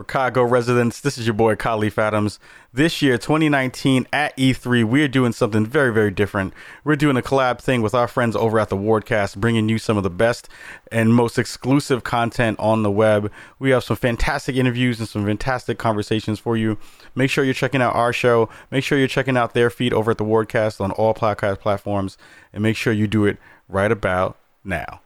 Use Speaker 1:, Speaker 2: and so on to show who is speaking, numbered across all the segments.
Speaker 1: Chicago residents. This is your boy Khalif Adams. This year, 2019, at E3, we're doing something very, very different. We're doing a collab thing with our friends over at the Wardcast, bringing you some of the best and most exclusive content on the web. We have some fantastic interviews and some fantastic conversations for you. Make sure you're checking out our show. Make sure you're checking out their feed over at the Wardcast on all podcast platforms. And make sure you do it right about now.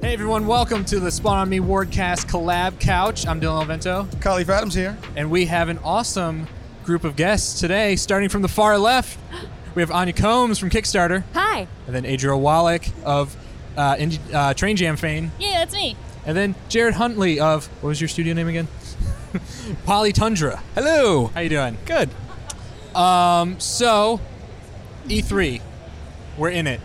Speaker 2: Hey everyone, welcome to the Spawn on Me Wardcast collab couch. I'm Dylan Alvento,
Speaker 3: Khalif Adams here.
Speaker 2: and we have an awesome group of guests today. Starting from the far left, we have Anya Combs from Kickstarter,
Speaker 4: Hi.
Speaker 2: and then Adriel Wallach of uh, Indie, uh, Train Jam fame,
Speaker 4: Yeah, that's me.
Speaker 2: and then Jared Huntley of what was your studio name again? Polytundra.
Speaker 5: Hello.
Speaker 2: How you doing? Um,
Speaker 5: Good.
Speaker 2: So, E3, we're in it.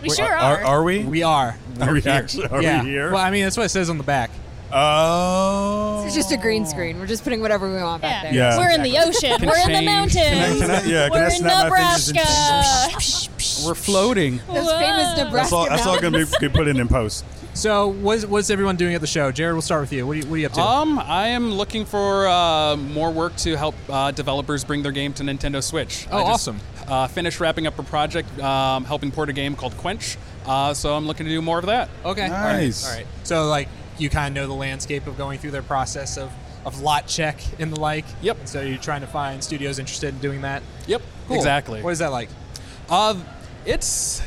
Speaker 4: We sure
Speaker 3: Are,
Speaker 4: are.
Speaker 3: are we?
Speaker 2: We are.
Speaker 3: Are we
Speaker 2: We're
Speaker 3: actually- are we
Speaker 2: yeah.
Speaker 3: here?
Speaker 2: Well, I mean, that's what it says on the back.
Speaker 3: Oh.
Speaker 6: It's just a green screen. We're just putting whatever we want back
Speaker 4: yeah.
Speaker 6: there.
Speaker 3: Yeah.
Speaker 4: We're in the ocean.
Speaker 2: Can
Speaker 4: We're in the
Speaker 2: change.
Speaker 3: Can I-
Speaker 4: mountains.
Speaker 3: can I- yeah, can I
Speaker 4: We're in
Speaker 3: snap my fingers and-
Speaker 4: Nebraska.
Speaker 5: We're floating.
Speaker 6: Those
Speaker 4: Whoa.
Speaker 6: famous Nebraska
Speaker 3: That's all, that's all
Speaker 6: mountains.
Speaker 3: going to be, be put in in post.
Speaker 2: So, what's, what's everyone doing at the show? Jared, we'll start with you. What are you, what are you up to?
Speaker 5: Um, I am looking for uh, more work to help uh, developers bring their game to Nintendo Switch.
Speaker 2: Oh,
Speaker 5: I
Speaker 2: awesome.
Speaker 5: Uh, finished wrapping up a project, um, helping port a game called Quench. Uh, so I'm looking to do more of that.
Speaker 2: Okay.
Speaker 3: Nice.
Speaker 2: All right. All right. So like you kind of know the landscape of going through their process of, of lot check and the like.
Speaker 5: Yep.
Speaker 2: And so you're trying to find studios interested in doing that.
Speaker 5: Yep.
Speaker 2: Cool.
Speaker 5: Exactly.
Speaker 2: What is that like?
Speaker 5: Uh, it's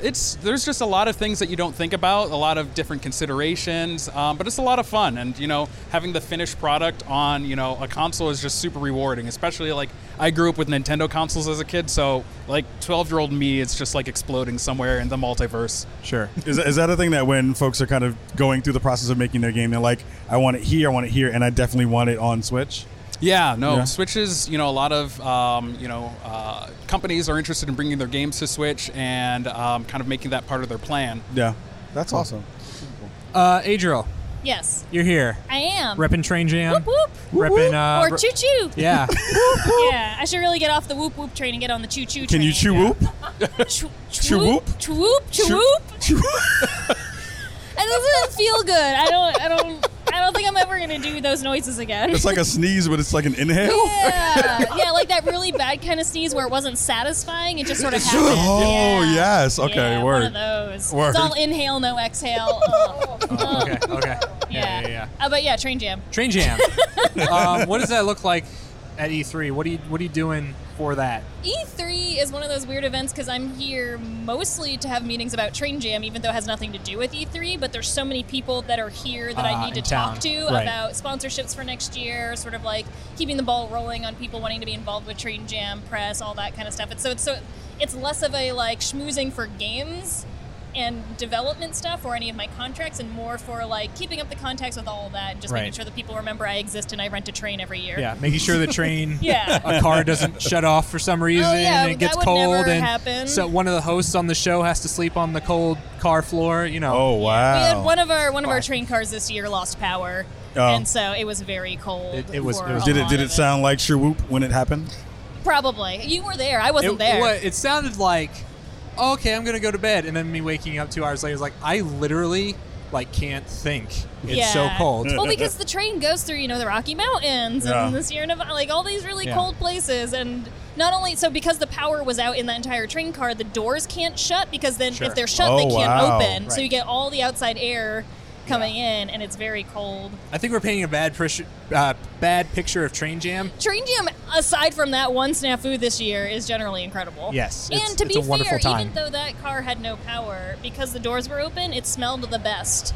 Speaker 5: it's there's just a lot of things that you don't think about, a lot of different considerations, um, but it's a lot of fun. And you know, having the finished product on you know a console is just super rewarding. Especially like I grew up with Nintendo consoles as a kid, so like 12 year old me, it's just like exploding somewhere in the multiverse.
Speaker 2: Sure.
Speaker 3: Is, is that a thing that when folks are kind of going through the process of making their game, they're like, I want it here, I want it here, and I definitely want it on Switch?
Speaker 5: Yeah, no.
Speaker 3: Yeah.
Speaker 5: Switch is, you know, a lot of, um, you know, uh, companies are interested in bringing their games to Switch and um, kind of making that part of their plan.
Speaker 3: Yeah. That's awesome.
Speaker 2: Uh, Adriel,
Speaker 4: Yes,
Speaker 2: you're here.
Speaker 4: I am.
Speaker 2: Reppin' Train Jam.
Speaker 4: Whoop, whoop.
Speaker 2: Reppin'. Uh,
Speaker 4: or
Speaker 2: re-
Speaker 4: choo choo.
Speaker 2: yeah.
Speaker 4: Yeah, I should really get off the whoop whoop train and get on the choo choo train.
Speaker 3: Can you chew whoop?
Speaker 4: Choo
Speaker 3: Choo
Speaker 4: whoop.
Speaker 3: whoop?
Speaker 4: Choo whoop. Choo whoop. It doesn't feel good. I don't. I don't. I don't think I'm ever gonna do those noises again.
Speaker 3: It's like a sneeze, but it's like an inhale.
Speaker 4: yeah, yeah, like that really bad kind of sneeze where it wasn't satisfying. It just sort of happened.
Speaker 3: Oh,
Speaker 4: yeah.
Speaker 3: yes. Okay,
Speaker 4: yeah, One
Speaker 3: word.
Speaker 4: of those.
Speaker 3: Word.
Speaker 4: It's all inhale, no exhale. Ugh. Ugh.
Speaker 2: okay. Okay.
Speaker 4: Yeah.
Speaker 2: Yeah. Yeah. yeah.
Speaker 4: Uh, but yeah, train jam.
Speaker 2: Train Jam. um, what does that look like at E3? What are you What are you doing for that?
Speaker 4: E3 E is one of those weird events because I'm here mostly to have meetings about Train Jam, even though it has nothing to do with E3. But there's so many people that are here that
Speaker 2: Ah,
Speaker 4: I need to
Speaker 2: in town.
Speaker 4: talk to
Speaker 2: Right.
Speaker 4: about sponsorships for next year, sort of like keeping the ball rolling on people wanting to be involved with Train Jam, press, all that kind of stuff. It's so it's so it's less of a like schmoozing for games and development stuff or any of my contracts, and more for like keeping up the contacts with all of that and just making
Speaker 2: Right.
Speaker 4: sure that people remember I exist and I rent a train every year.
Speaker 2: Yeah. Making sure the train.
Speaker 4: Yeah.
Speaker 2: a car doesn't shut off for some reason
Speaker 4: Oh, yeah,
Speaker 2: and it
Speaker 4: that
Speaker 2: gets
Speaker 4: would
Speaker 2: cold
Speaker 4: never
Speaker 2: and
Speaker 4: happen.
Speaker 2: so one of the hosts on the show has to sleep on the cold car floor you know
Speaker 3: Oh, wow.
Speaker 4: We had one of our one of our
Speaker 2: Wow.
Speaker 4: train cars this year lost power,
Speaker 3: Oh.
Speaker 4: and so it was very cold.
Speaker 2: It- it was-
Speaker 4: for
Speaker 2: it was-
Speaker 4: a
Speaker 3: did it
Speaker 4: lot
Speaker 3: did
Speaker 4: of
Speaker 3: it sound like sure whoop when it happened?
Speaker 4: Probably. You were there. I
Speaker 2: it,
Speaker 4: wasn't there.
Speaker 2: what- it sounded like "Oh, okay i'm gonna go to bed and then me waking up two hours later is like i literally like can't think it's
Speaker 4: yeah.
Speaker 2: so cold
Speaker 4: Well, because the train goes through, you know, the Rocky Mountains
Speaker 3: Yeah.
Speaker 4: and the Sierra Nevada, like all these really
Speaker 2: Yeah.
Speaker 4: cold places. And not only so, because the power was out in the entire train car, the doors can't shut because then
Speaker 2: Sure.
Speaker 4: if they're shut, they
Speaker 3: Oh,
Speaker 4: can't
Speaker 3: wow.
Speaker 4: open. So
Speaker 2: Right.
Speaker 4: you get all the outside air coming in, and it's very cold.
Speaker 2: i think we're painting a bad pris- uh, bad picture of train jam
Speaker 4: Train Jam, aside from that one snafu this year, is generally incredible.
Speaker 2: Yes,
Speaker 4: and
Speaker 2: it's-
Speaker 4: to
Speaker 2: it's
Speaker 4: be
Speaker 2: a wonderful
Speaker 4: fair,
Speaker 2: time.
Speaker 4: even though that car had no power because the doors were open, it smelled the best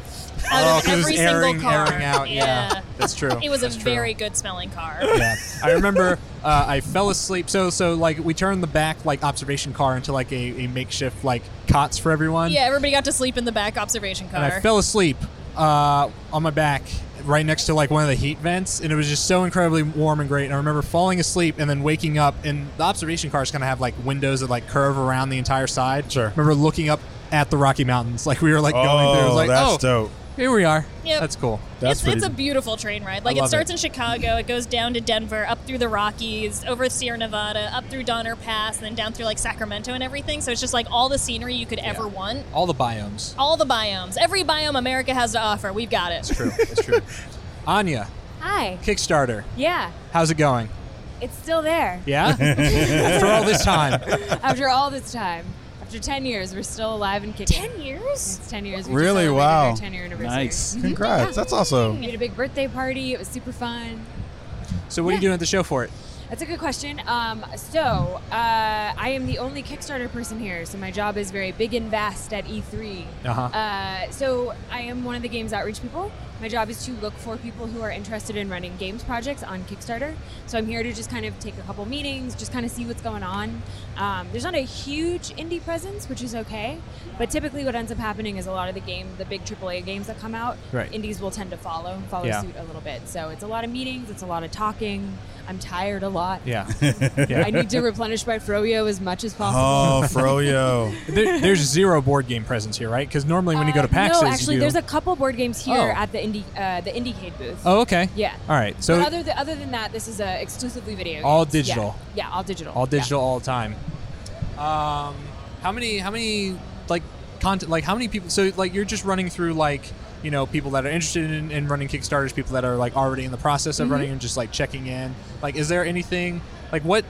Speaker 4: out
Speaker 2: oh
Speaker 4: of
Speaker 2: 'cause
Speaker 4: every
Speaker 2: it's airing,
Speaker 4: single car.
Speaker 2: airing out yeah, that's true
Speaker 4: it was a
Speaker 2: That's true.
Speaker 4: very good smelling car.
Speaker 2: yeah. I remember uh, I fell asleep. So so like we turned the back like observation car into like a, a makeshift like cots for everyone.
Speaker 4: yeah, everybody got to sleep in the back observation car.
Speaker 2: and I fell asleep uh, on my back right next to like one of the heat vents, and it was just so incredibly warm and great. And I remember falling asleep and then waking up, and the observation cars kind of have like windows that like curve around the entire side.
Speaker 3: Sure.
Speaker 2: remember looking up at the Rocky Mountains, like we were like going through. It was
Speaker 3: Oh,
Speaker 2: like,
Speaker 3: that's
Speaker 2: oh,
Speaker 3: dope.
Speaker 2: Here we are.
Speaker 4: Yep.
Speaker 2: That's cool.
Speaker 3: That's
Speaker 4: it's, it's
Speaker 3: pretty-
Speaker 4: a beautiful train ride. Like
Speaker 2: love
Speaker 4: it
Speaker 2: it.
Speaker 4: starts in Chicago, it goes down to Denver, up through the Rockies, over Sierra Nevada, up through Donner Pass, and then down through like Sacramento and everything. So it's just like all the scenery you could ever want,
Speaker 2: All the biomes.
Speaker 4: all the biomes, every biome America has to offer. We've got it.
Speaker 2: True. That's true. Anya,
Speaker 7: Hi.
Speaker 2: Kickstarter.
Speaker 7: Yeah,
Speaker 2: How's it going?
Speaker 7: it's still there.
Speaker 2: Yeah. After all this time,
Speaker 7: After all this time, after 10 years, we're still alive and kicking.
Speaker 4: Ten years?
Speaker 7: It's 10 years. We just
Speaker 3: Really?
Speaker 7: celebrated
Speaker 3: Wow.
Speaker 7: Our 10 year anniversary.
Speaker 5: Nice.
Speaker 3: Congrats. That's also
Speaker 7: We had a big birthday party. It was super fun.
Speaker 2: so what are you doing at the show for it?
Speaker 7: That's a good question. Um, so uh, I am the only Kickstarter person here, so my job is very big and vast at E3.
Speaker 2: Uh-huh.
Speaker 7: Uh, so I am one of the games outreach people. My job is to look for people who are interested in running games projects on Kickstarter. So I'm here to just kind of take a couple meetings, just kind of see what's going on. Um, there's not a huge indie presence, which is okay, but typically what ends up happening is a lot of the game, the big AAA games that come out,
Speaker 2: Right.
Speaker 7: indies will tend to follow follow
Speaker 2: Yeah.
Speaker 7: suit a little bit. So it's a lot of meetings, it's a lot of talking. I'm tired a lot.
Speaker 2: Yeah.
Speaker 7: I need to replenish my Froyo as much as possible.
Speaker 3: oh Froyo.
Speaker 2: There, there's zero board game presence here, right? Because normally Oh, when you go to PAX,
Speaker 7: Uh, no,
Speaker 2: you
Speaker 7: actually,
Speaker 2: do-
Speaker 7: there's a couple board games here
Speaker 2: Oh.
Speaker 7: at the indie uh, the Indiecade booth.
Speaker 2: Oh, okay.
Speaker 7: Yeah.
Speaker 2: All right. So
Speaker 7: but other, th- other than that, this is uh, exclusively video.
Speaker 2: All
Speaker 7: games. Yeah.
Speaker 2: digital.
Speaker 7: Yeah, all digital.
Speaker 2: all
Speaker 7: Yeah.
Speaker 2: digital all the time. Um, how many? How many? Like content? Like how many people? So like you're just running through like you know people that are interested in, in running Kickstarters, people that are like already in the process
Speaker 7: Mm-hmm.
Speaker 2: of running, and just like checking in. Like, is there anything? Like what?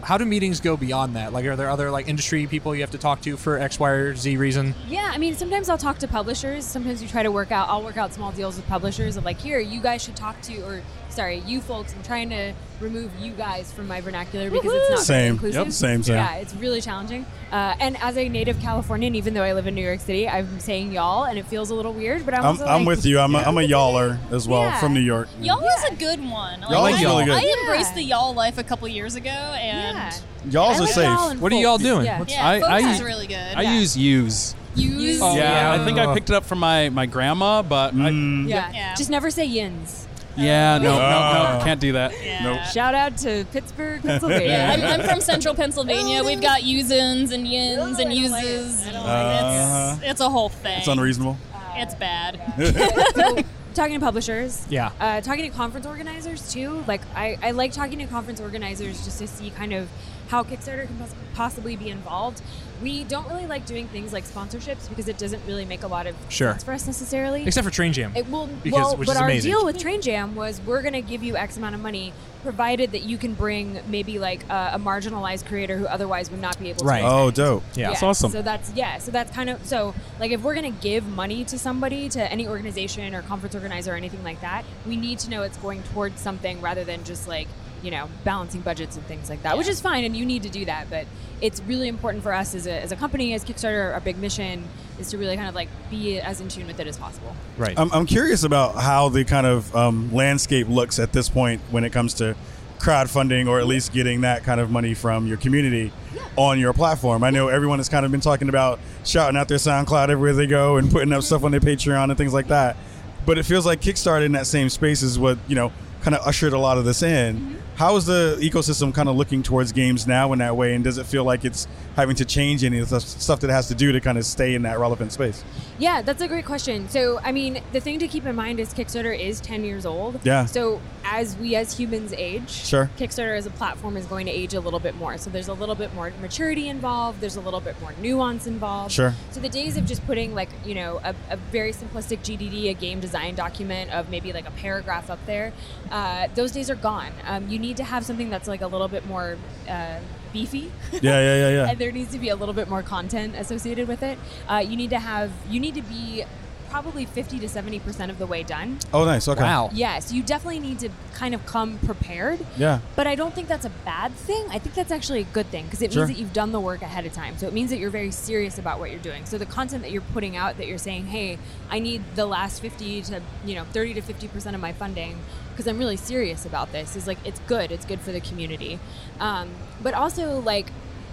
Speaker 2: How do meetings go beyond that? Like, are there other like industry people you have to talk to for X, Y, or Z reason?
Speaker 7: Yeah, I mean, sometimes I'll talk to publishers. Sometimes we try to work out. I'll work out small deals with publishers of like, here, you guys should talk to, or sorry, you folks. I'm trying to remove you guys from my vernacular because it's not very
Speaker 3: Same.
Speaker 7: inclusive.
Speaker 3: Yep, same, same.
Speaker 7: Yeah, it's really challenging. Uh, and as a native Californian, even though I live in New York City, I'm saying y'all, and it feels a little weird. But I'm,
Speaker 3: I'm,
Speaker 7: also
Speaker 3: I'm
Speaker 7: like-
Speaker 3: with you. I'm a, I'm a yaller as well
Speaker 7: Yeah.
Speaker 3: from New York.
Speaker 4: Y'all is a good one. Like,
Speaker 3: Y'all is
Speaker 4: I,
Speaker 3: really good.
Speaker 4: I embraced
Speaker 7: Yeah.
Speaker 4: the y'all life a couple years ago, and
Speaker 7: Yeah.
Speaker 4: yeah,
Speaker 3: Y'all's
Speaker 7: I
Speaker 3: are
Speaker 7: like
Speaker 3: safe.
Speaker 7: y'all and
Speaker 5: What are y'all
Speaker 7: folks.
Speaker 5: doing?
Speaker 7: Yeah.
Speaker 5: What's-
Speaker 4: yeah,
Speaker 5: I-
Speaker 4: folks
Speaker 5: I-
Speaker 4: is really good.
Speaker 5: I use use.
Speaker 7: Use.
Speaker 2: Oh,
Speaker 5: yeah,
Speaker 2: yeah.
Speaker 5: I think I picked it up from my, my grandma, but I,
Speaker 3: Mm.
Speaker 7: Yeah.
Speaker 4: Yeah.
Speaker 7: Just never say yins.
Speaker 5: Mm. yeah, no, no,
Speaker 3: Oh.
Speaker 5: no, can't do that.
Speaker 4: yeah.
Speaker 3: Nope.
Speaker 7: Shout out to Pittsburgh, Pennsylvania.
Speaker 4: Yeah, I'm, I'm from central Pennsylvania. We've got usins and yins and uses.
Speaker 3: Uh-huh.
Speaker 4: It's, it's a whole thing.
Speaker 3: It's unreasonable.
Speaker 4: It's bad.
Speaker 7: So, talking to publishers.
Speaker 2: Yeah.
Speaker 7: Uh, talking to conference organizers too. Like I, I like talking to conference organizers just to see kind of how Kickstarter can pos- possibly be involved. We don't really like doing things like sponsorships because it doesn't really make a lot of
Speaker 2: Sure.
Speaker 7: sense for us necessarily.
Speaker 2: Except for Train Jam.
Speaker 7: It will,
Speaker 2: Because-
Speaker 7: well,
Speaker 2: which
Speaker 7: but
Speaker 2: is
Speaker 7: our
Speaker 2: amazing.
Speaker 7: deal with Train Jam was we're going to give you X amount of money, provided that you can bring maybe like a, a marginalized creator who otherwise would not be able
Speaker 2: Right.
Speaker 7: to.
Speaker 3: Oh, dope.
Speaker 2: yeah.
Speaker 5: That's awesome.
Speaker 7: So that's yeah. So that's kind of so like if we're gonna give money to somebody to any organization or conference organizer or anything like that, we need to know it's going towards something rather than just like you know balancing budgets and things like that, which is fine and you need to do that. But it's really important for us as a, as a company, as Kickstarter, our big mission is to really kind of like be as in tune with it as possible.
Speaker 2: Right.
Speaker 3: I'm, I'm curious about how the kind of um, landscape looks at this point when it comes to crowdfunding or at least getting that kind of money from your community on your platform. I know everyone has kind of been talking about shouting out their SoundCloud everywhere they go and putting up stuff on their Patreon and things like that. But it feels like Kickstarter in that same space is what, you know, kind of ushered a lot of this in. How is the ecosystem kind of looking towards games now in that way? And does it feel like it's having to change any of the stuff- stuff that it has to do to kind of stay in that relevant space?
Speaker 7: Yeah, that's a great question. So, I mean, the thing to keep in mind is Kickstarter is 10 years old.
Speaker 3: Yeah.
Speaker 7: So, as we as humans age,
Speaker 3: Sure.
Speaker 7: Kickstarter as a platform is going to age a little bit more. So, there's a little bit more maturity involved, there's a little bit more nuance involved.
Speaker 3: Sure.
Speaker 7: So, the days of just putting, like, you know, a, a very simplistic GDD, a game design document of maybe like a paragraph up there, uh, those days are gone. Um, you need to have something that's like a little bit more uh, beefy
Speaker 3: Yeah, yeah, yeah, yeah.
Speaker 7: and there needs to be a little bit more content associated with it. Uh, you need to have you need to be probably 50 to 70 percent of the way done
Speaker 3: Oh, nice. Okay.
Speaker 2: wow.
Speaker 7: yes you definitely need to kind of come prepared
Speaker 3: Yeah.
Speaker 7: but i don't think that's a bad thing i think that's actually a good thing because it
Speaker 3: Sure.
Speaker 7: means that you've done the work ahead of time so it means that you're very serious about what you're doing so the content that you're putting out that you're saying hey i need the last 50 to you know 30 to 50 percent of my funding because i'm really serious about this is like it's good it's good for the community um, but also like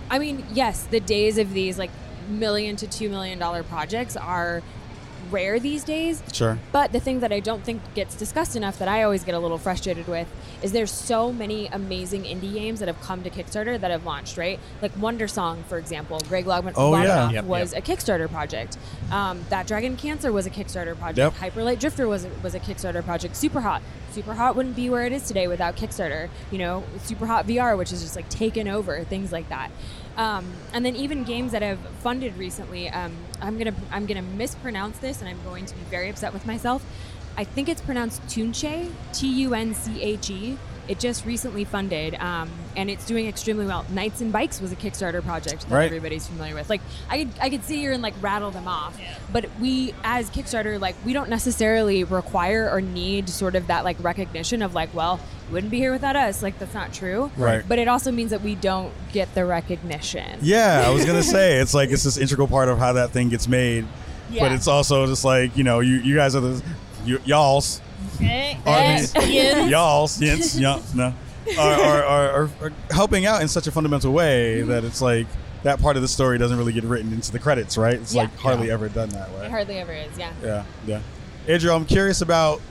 Speaker 7: I mean, yes, the days of these like million to two million dollar projects are rare these days.
Speaker 3: Sure.
Speaker 7: But the thing that I don't think gets discussed enough that I always get a little frustrated with is there's so many amazing indie games that have come to Kickstarter that have launched, right? Like Wonder Song, for example. Greg Logman
Speaker 3: Oh, yeah.
Speaker 7: Loganoff
Speaker 2: Yep,
Speaker 7: was a Kickstarter project. Um, that Dragon Cancer was a Kickstarter project.
Speaker 3: Yep.
Speaker 7: Hyperlight Drifter was a, was a Kickstarter project. Superhot. Superhot wouldn't be where it is today without Kickstarter. You know, Superhot VR, which is just like taken over, things like that. Um, and then even games that have funded recently. Um, I'm gonna I'm gonna mispronounce this, and I'm going to be very upset with myself. I think it's pronounced Tunche, T U N C H E. It just recently funded, um, and it's doing extremely well. Knights and Bikes was a Kickstarter project that
Speaker 3: Right.
Speaker 7: everybody's familiar with. Like, I could, I could sit here and like rattle them off, but we as Kickstarter, like, we don't necessarily require or need sort of that like recognition of like, well, you wouldn't be here without us. Like, that's not true.
Speaker 3: Right.
Speaker 7: But it also means that we don't get the recognition.
Speaker 3: Yeah, I was gonna say it's like it's this integral part of how that thing gets made,
Speaker 7: Yeah.
Speaker 3: but it's also just like you know you you guys are the you, y'all's
Speaker 4: Okay.
Speaker 3: Are
Speaker 4: Eh, Ian.
Speaker 3: y'all's yints, y'all, no, are, are, are, are, are helping out in such a fundamental way
Speaker 7: Mm-hmm.
Speaker 3: that it's like that part of the story doesn't really get written into the credits, right? It's
Speaker 7: Yeah.
Speaker 3: like hardly ever done that way.
Speaker 7: It hardly ever is. Yeah.
Speaker 3: Yeah, yeah. Andrew, I'm curious about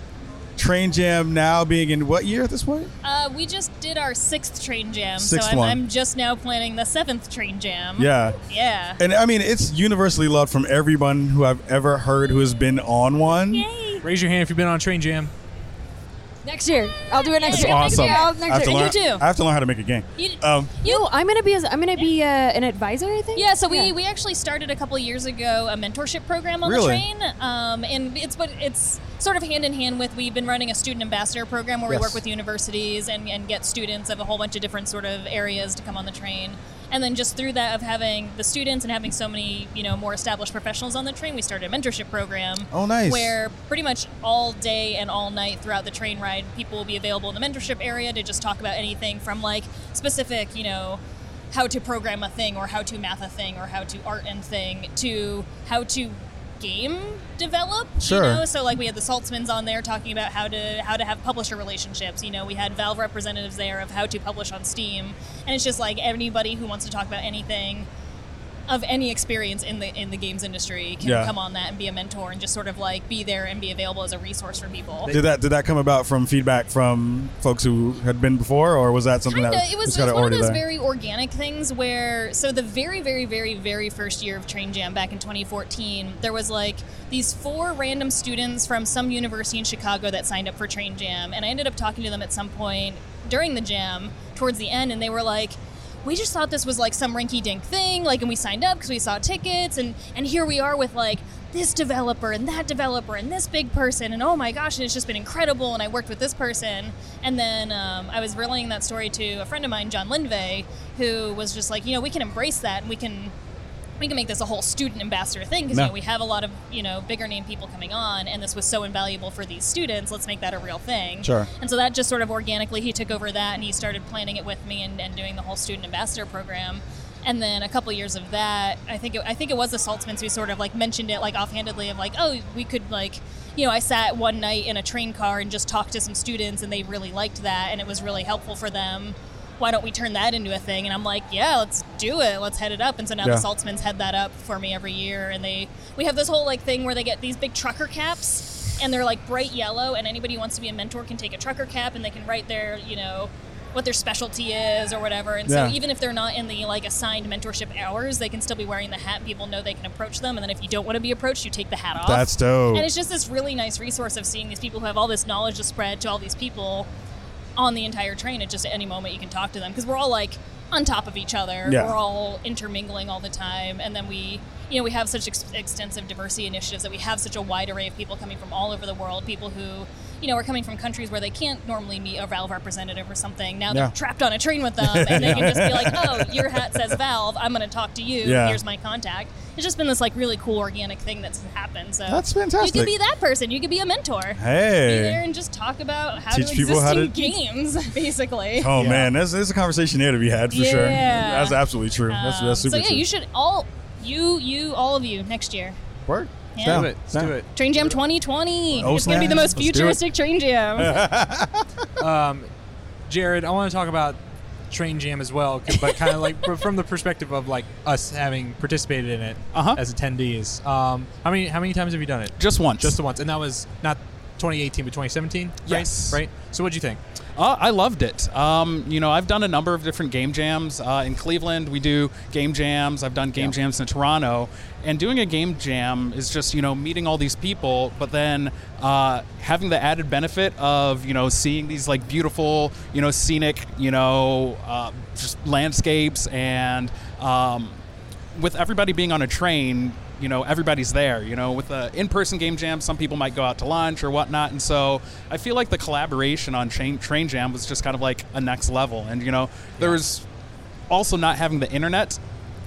Speaker 3: Train Jam now being in what year at this point?
Speaker 4: Uh, we just did our sixth train jam,
Speaker 3: Sixth
Speaker 4: so I'm,
Speaker 3: one.
Speaker 4: I'm just now planning the seventh train jam.
Speaker 3: Yeah.
Speaker 4: Yeah.
Speaker 3: And I mean, it's universally loved from everyone who I've ever heard who has been on one.
Speaker 4: Yay.
Speaker 2: Raise your hand if you've been on a train jam.
Speaker 7: Next year, I'll do it next
Speaker 4: That's
Speaker 7: year.
Speaker 4: awesome.
Speaker 7: Yeah, I'll- next
Speaker 3: I have,
Speaker 7: year.
Speaker 3: to
Speaker 4: And
Speaker 3: learn,
Speaker 4: you too.
Speaker 3: I have to learn how to make a game.
Speaker 4: You-
Speaker 3: Um,
Speaker 7: No, I'm gonna be. i am I'm gonna be uh, an advisor. I think.
Speaker 4: Yeah, so we, we actually started a couple years ago a mentorship program on
Speaker 3: Really?
Speaker 4: the train, um, and it's but it's sort of hand in hand with we've been running a student ambassador program where
Speaker 3: Yes.
Speaker 4: we work with universities and, and get students of a whole bunch of different sort of areas to come on the train, and then just through that of having the students and having so many you know more established professionals on the train, we started a mentorship program.
Speaker 3: Oh, nice.
Speaker 4: Where pretty much all day and all night throughout the train ride, people will be available in the mentorship area to just talk about anything from like specific, you know, how to program a thing or how to math a thing or how to art and thing to how to game develop.
Speaker 3: Sure.
Speaker 4: You know? So like we had the Saltzmans on there talking about how to how to have publisher relationships. You know, we had Valve representatives there of how to publish on Steam. And it's just like anybody who wants to talk about anything of any experience in the in the games industry can
Speaker 3: Yeah.
Speaker 4: come on that and be a mentor and just sort of like be there and be available as a resource for people.
Speaker 3: did that did that come about from feedback from folks who had been before, or was that something
Speaker 4: Kinda,
Speaker 3: that
Speaker 4: uh, it was,
Speaker 3: was
Speaker 4: it
Speaker 3: kind
Speaker 4: was one
Speaker 3: of
Speaker 4: of
Speaker 3: already
Speaker 4: those
Speaker 3: there?
Speaker 4: very organic things where so the very very very very first year of Train Jam back in 2014 there was like these four random students from some university in Chicago that signed up for Train Jam and I ended up talking to them at some point during the jam towards the end and they were like we just thought this was like some rinky-dink thing like and we signed up because we saw tickets and and here we are with like this developer and that developer and this big person and oh my gosh and it's just been incredible and i worked with this person and then um, i was relaying that story to a friend of mine john linvey who was just like you know we can embrace that and we can we can make this a whole student ambassador thing because
Speaker 3: Yeah.
Speaker 4: you know, we have a lot of you know bigger name people coming on and this was so invaluable for these students let's make that a real thing
Speaker 3: Sure.
Speaker 4: and so that just sort of organically, he took over that and he started planning it with me and, and doing the whole student ambassador program. And then a couple years of that, I think it, I think it was the Saltzmans who sort of like mentioned it like offhandedly of like, oh, we could like, you know, I sat one night in a train car and just talked to some students and they really liked that and it was really helpful for them. Why don't we turn that into a thing? And I'm like, yeah, let's do it. Let's head it up. And so now
Speaker 3: Yeah.
Speaker 4: the Saltzmans head that up for me every year, and they we have this whole like thing where they get these big trucker caps. And they're like bright yellow, and anybody who wants to be a mentor can take a trucker cap, and they can write their, you know, what their specialty is or whatever. And
Speaker 3: Yeah.
Speaker 4: so even if they're not in the like assigned mentorship hours, they can still be wearing the hat. and People know they can approach them, and then if you don't want to be approached, you take the hat off.
Speaker 3: That's dope.
Speaker 4: And it's just this really nice resource of seeing these people who have all this knowledge to spread to all these people on the entire train. It's just at any moment you can talk to them because we're all like on top of each other.
Speaker 3: Yeah.
Speaker 4: We're all intermingling all the time, and then we, you know, we have such ex- extensive diversity initiatives that we have such a wide array of people coming from all over the world. People who. You know, are coming from countries where they can't normally meet a Valve representative or something. Now
Speaker 3: Yeah.
Speaker 4: they're trapped on a train with them, and they can just be like, "Oh, your hat says Valve. I'm going to talk to you.
Speaker 3: Yeah.
Speaker 4: Here's my contact." It's just been this like really cool organic thing that's happened. So
Speaker 3: That's fantastic.
Speaker 4: you could be that person. You could be a mentor. Be there
Speaker 3: hey.
Speaker 4: and just talk about how
Speaker 3: Teach
Speaker 4: to
Speaker 3: people how
Speaker 4: existing games, basically.
Speaker 3: Oh man, there's, there's a conversation there to be had for sure.
Speaker 4: Yeah.
Speaker 3: That's absolutely true. that's,
Speaker 4: Um,
Speaker 3: that's super
Speaker 4: so yeah,
Speaker 3: true.
Speaker 4: you should all you you all of you next year.
Speaker 3: Work.
Speaker 4: Yeah.
Speaker 3: Sound.
Speaker 5: Do it. Let's
Speaker 3: Sound.
Speaker 5: do it.
Speaker 4: Train Jam 2020.
Speaker 3: Oh,
Speaker 4: it's going to be the most
Speaker 3: snap. Let's do it.
Speaker 4: futuristic train jam.
Speaker 2: Um, Jared, I want to talk about Train Jam as well, c- but kind of like but from the perspective of like us having participated in it
Speaker 5: Uh-huh.
Speaker 2: as attendees. Um, how many how many times have you done it?
Speaker 5: Just once.
Speaker 2: Just the once, and that was not 2018 but 2017. right?
Speaker 5: Yes.
Speaker 2: Right. So what do you think?
Speaker 5: Uh, I loved it. Um, you know, I've done a number of different game jams. Uh, in Cleveland, we do game jams. I've done game jams in Toronto. And doing a game jam is just, you know, meeting all these people, but then uh, having the added benefit of, you know, seeing these like beautiful, you know, scenic, you know, uh, just landscapes. And um, with everybody being on a train, you know everybody's there you know with the in-person game jam some people might go out to lunch or whatnot and so i feel like the collaboration on train, train jam was just kind of like a next level and you know there was also not having the internet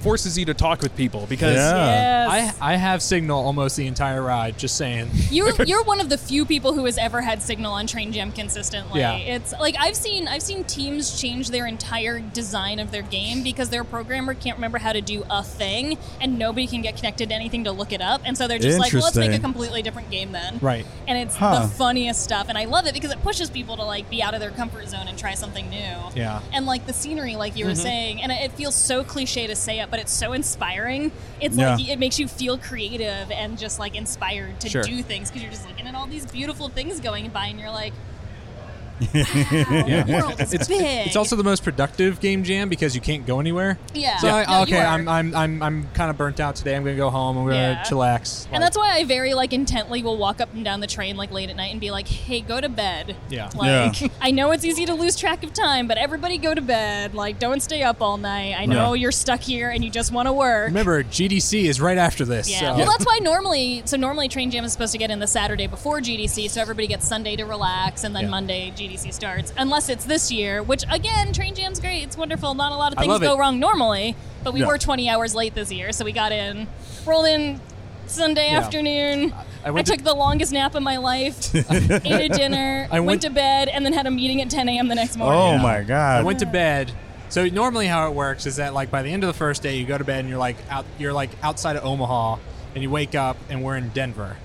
Speaker 5: forces you to talk with people because
Speaker 2: I I have signal almost the entire ride. Just saying.
Speaker 4: You're you're one of the few people who has ever had signal on Train Jam consistently.
Speaker 2: Yeah.
Speaker 4: It's like I've seen I've seen teams change their entire design of their game because their programmer can't remember how to do a thing and nobody can get connected to anything to look it up. And so they're just like, well, let's make a
Speaker 3: Interesting.
Speaker 4: completely different game then.
Speaker 2: Right.
Speaker 4: And it's
Speaker 3: Huh.
Speaker 4: the funniest stuff and I love it because it pushes people to like be out of their comfort zone and try something new.
Speaker 2: Yeah.
Speaker 4: And like the scenery like you were
Speaker 2: Mm-hmm.
Speaker 4: saying and it it feels so cliche to say it but it's so inspiring. It's
Speaker 3: Yeah.
Speaker 4: like it makes you feel creative and just like inspired to
Speaker 2: Sure.
Speaker 4: do things because you're just looking at all these beautiful things going by and you're like, wow, the world is
Speaker 2: It's,
Speaker 4: big.
Speaker 2: it's also the most productive game jam because you can't go anywhere.
Speaker 4: yeah.
Speaker 2: So I,
Speaker 4: No, you
Speaker 2: okay,
Speaker 4: are.
Speaker 2: I'm I'm I'm I'm kind of burnt out today. I'm gonna go home. I'm gonna
Speaker 4: Yeah.
Speaker 2: chillax.
Speaker 4: and that's why I very like intently will walk up and down the train like late at night and be like, "Hey, go to bed."
Speaker 2: Yeah.
Speaker 4: Like
Speaker 3: Yeah.
Speaker 4: I know it's easy to lose track of time, but everybody go to bed. Like don't stay up all night. I know you're stuck here and you just want to work.
Speaker 2: Remember, GDC is right after this.
Speaker 4: Yeah.
Speaker 2: so-
Speaker 4: Well, that's why normally, so normally Train Jam is supposed to get in the Saturday before GDC, so everybody gets Sunday to relax, and then
Speaker 2: Yeah.
Speaker 4: Monday GDC starts. Unless it's this year, which again, Train Jam's great. It's wonderful. Not a lot of
Speaker 2: I
Speaker 4: things
Speaker 2: love
Speaker 4: go
Speaker 2: it.
Speaker 4: wrong normally, but we
Speaker 3: Yeah.
Speaker 4: were 20 hours late this year, so we got in, rolled in Sunday
Speaker 2: Yeah.
Speaker 4: afternoon. I,
Speaker 2: I went to-
Speaker 4: took the longest nap of my life, ate a dinner,
Speaker 2: I
Speaker 4: went,
Speaker 2: went-
Speaker 4: to bed, and then had a meeting at 10 a.m. the next morning.
Speaker 3: Oh my god.
Speaker 2: I went to bed. So normally, how it works is that like by the end of the first day, you go to bed and you're like out, you're like outside of Omaha, and you wake up and we're in Denver.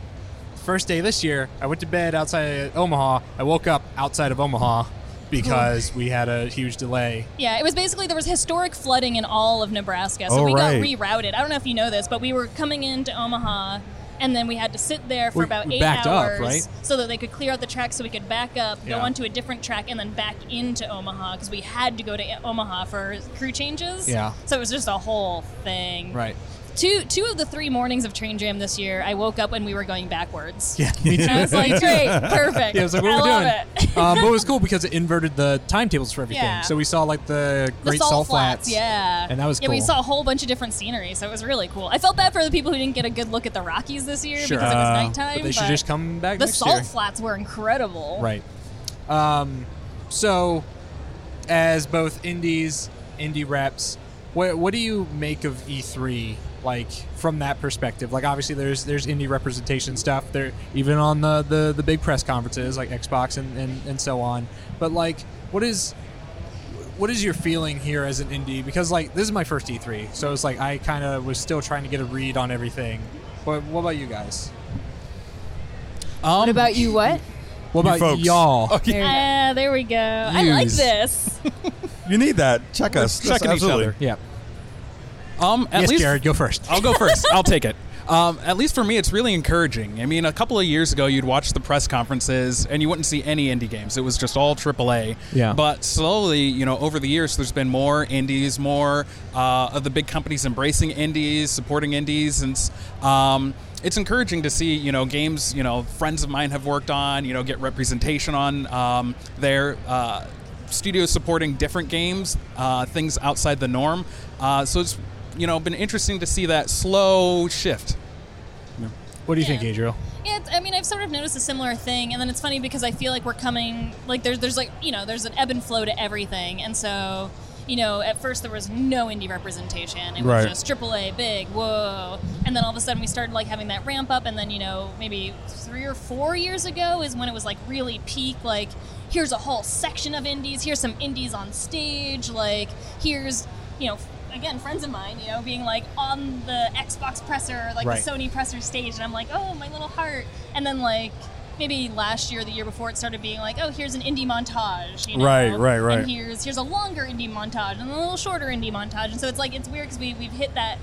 Speaker 2: First day this year, I went to bed outside of Omaha. I woke up outside of Omaha because we had a huge delay.
Speaker 4: Yeah, it was basically there was historic flooding in all of Nebraska, so
Speaker 3: Oh,
Speaker 4: we
Speaker 3: right.
Speaker 4: got rerouted. I don't know if you know this, but we were coming into Omaha, and then we had to sit there for
Speaker 2: We-
Speaker 4: about
Speaker 2: we
Speaker 4: eight
Speaker 2: backed up,
Speaker 4: hours
Speaker 2: right?
Speaker 4: so that they could clear out the track, so we could back up, go
Speaker 2: Yeah.
Speaker 4: onto a different track, and then back into Omaha because we had to go to Omaha for crew changes.
Speaker 2: Yeah.
Speaker 4: so it was just a whole thing.
Speaker 2: Right.
Speaker 4: Two two of the three mornings of train jam this year, I woke up when we were going backwards.
Speaker 2: Yeah. Me too.
Speaker 4: I was like, great, perfect.
Speaker 2: Yeah, I was like, what
Speaker 4: I
Speaker 2: are we
Speaker 4: love
Speaker 2: doing?
Speaker 4: it.
Speaker 2: um, but it was cool because it inverted the timetables for everything.
Speaker 4: Yeah.
Speaker 2: So we saw like the
Speaker 4: the
Speaker 2: Great
Speaker 4: salt,
Speaker 2: Salt
Speaker 4: flats. Yeah,
Speaker 2: And that was
Speaker 4: yeah. We
Speaker 2: cool.
Speaker 4: saw a whole bunch of different scenery, so it was really cool. I felt bad for the people who didn't get a good look at the Rockies this year
Speaker 2: Sure.
Speaker 4: because it was
Speaker 3: Uh,
Speaker 4: nighttime.
Speaker 2: But they should just come back
Speaker 4: the
Speaker 2: next
Speaker 4: salt
Speaker 2: year.
Speaker 4: flats were incredible.
Speaker 2: Right. Um, so, as both indies, indie reps, what, what do you make of E3? Like from that perspective, like obviously there's there's indie representation stuff there, even on the the, the big press conferences like Xbox and, and and so on. But like, what is what is your feeling here as an indie? Because like this is my first E3, so it's like I kind of was still trying to get a read on everything. What, what about you guys?
Speaker 5: um,
Speaker 6: What about you? What?
Speaker 2: What
Speaker 3: You
Speaker 2: about
Speaker 3: folks.
Speaker 2: y'all?
Speaker 6: There you go.
Speaker 4: Ah, there we go. I like
Speaker 3: Use.
Speaker 4: this.
Speaker 3: you need that. Check us. That's
Speaker 5: checking each
Speaker 3: absolutely.
Speaker 5: other
Speaker 2: Yeah.
Speaker 5: um at
Speaker 2: yes,
Speaker 5: least
Speaker 2: Jared, go first.
Speaker 5: I'll go first. I'll take it. Um, at least for me, it's really encouraging. I mean, a couple of years ago, you'd watch the press conferences and you wouldn't see any indie games. It was just all AAA.
Speaker 2: Yeah.
Speaker 5: But slowly, you know, over the years, there's been more indies, more uh, of the big companies embracing indies, supporting indies, and s- um, it's encouraging to see, you know, games, you know, friends of mine have worked on, you know, get representation on um, their. Uh, Studios supporting different games, uh, things outside the norm. Uh, so it's you know been interesting to see that slow shift.
Speaker 2: What do you
Speaker 4: Yeah.
Speaker 2: think, Adriel?
Speaker 4: Yeah, it's, I mean, I've sort of noticed a similar thing, and then it's funny because I feel like we're coming like there's there's like you know there's an ebb and flow to everything, and so you know at first there was no indie representation, it was
Speaker 3: Right.
Speaker 4: just AAA, big, whoa, and then all of a sudden we started like having that ramp up, and then you know maybe three or four years ago is when it was like really peak, like here's a whole section of indies, here's some indies on stage, like here's you know. Again, friends of mine, you know, being like on the Xbox presser, like
Speaker 2: Right.
Speaker 4: the Sony presser stage, and I'm like, oh, my little heart. And then like maybe last year, the year before, it started being like, oh, here's an indie montage, you know?
Speaker 3: Right, right, right.
Speaker 4: And here's here's a longer indie montage and a little shorter indie montage, and so it's like it's weird because we we've hit that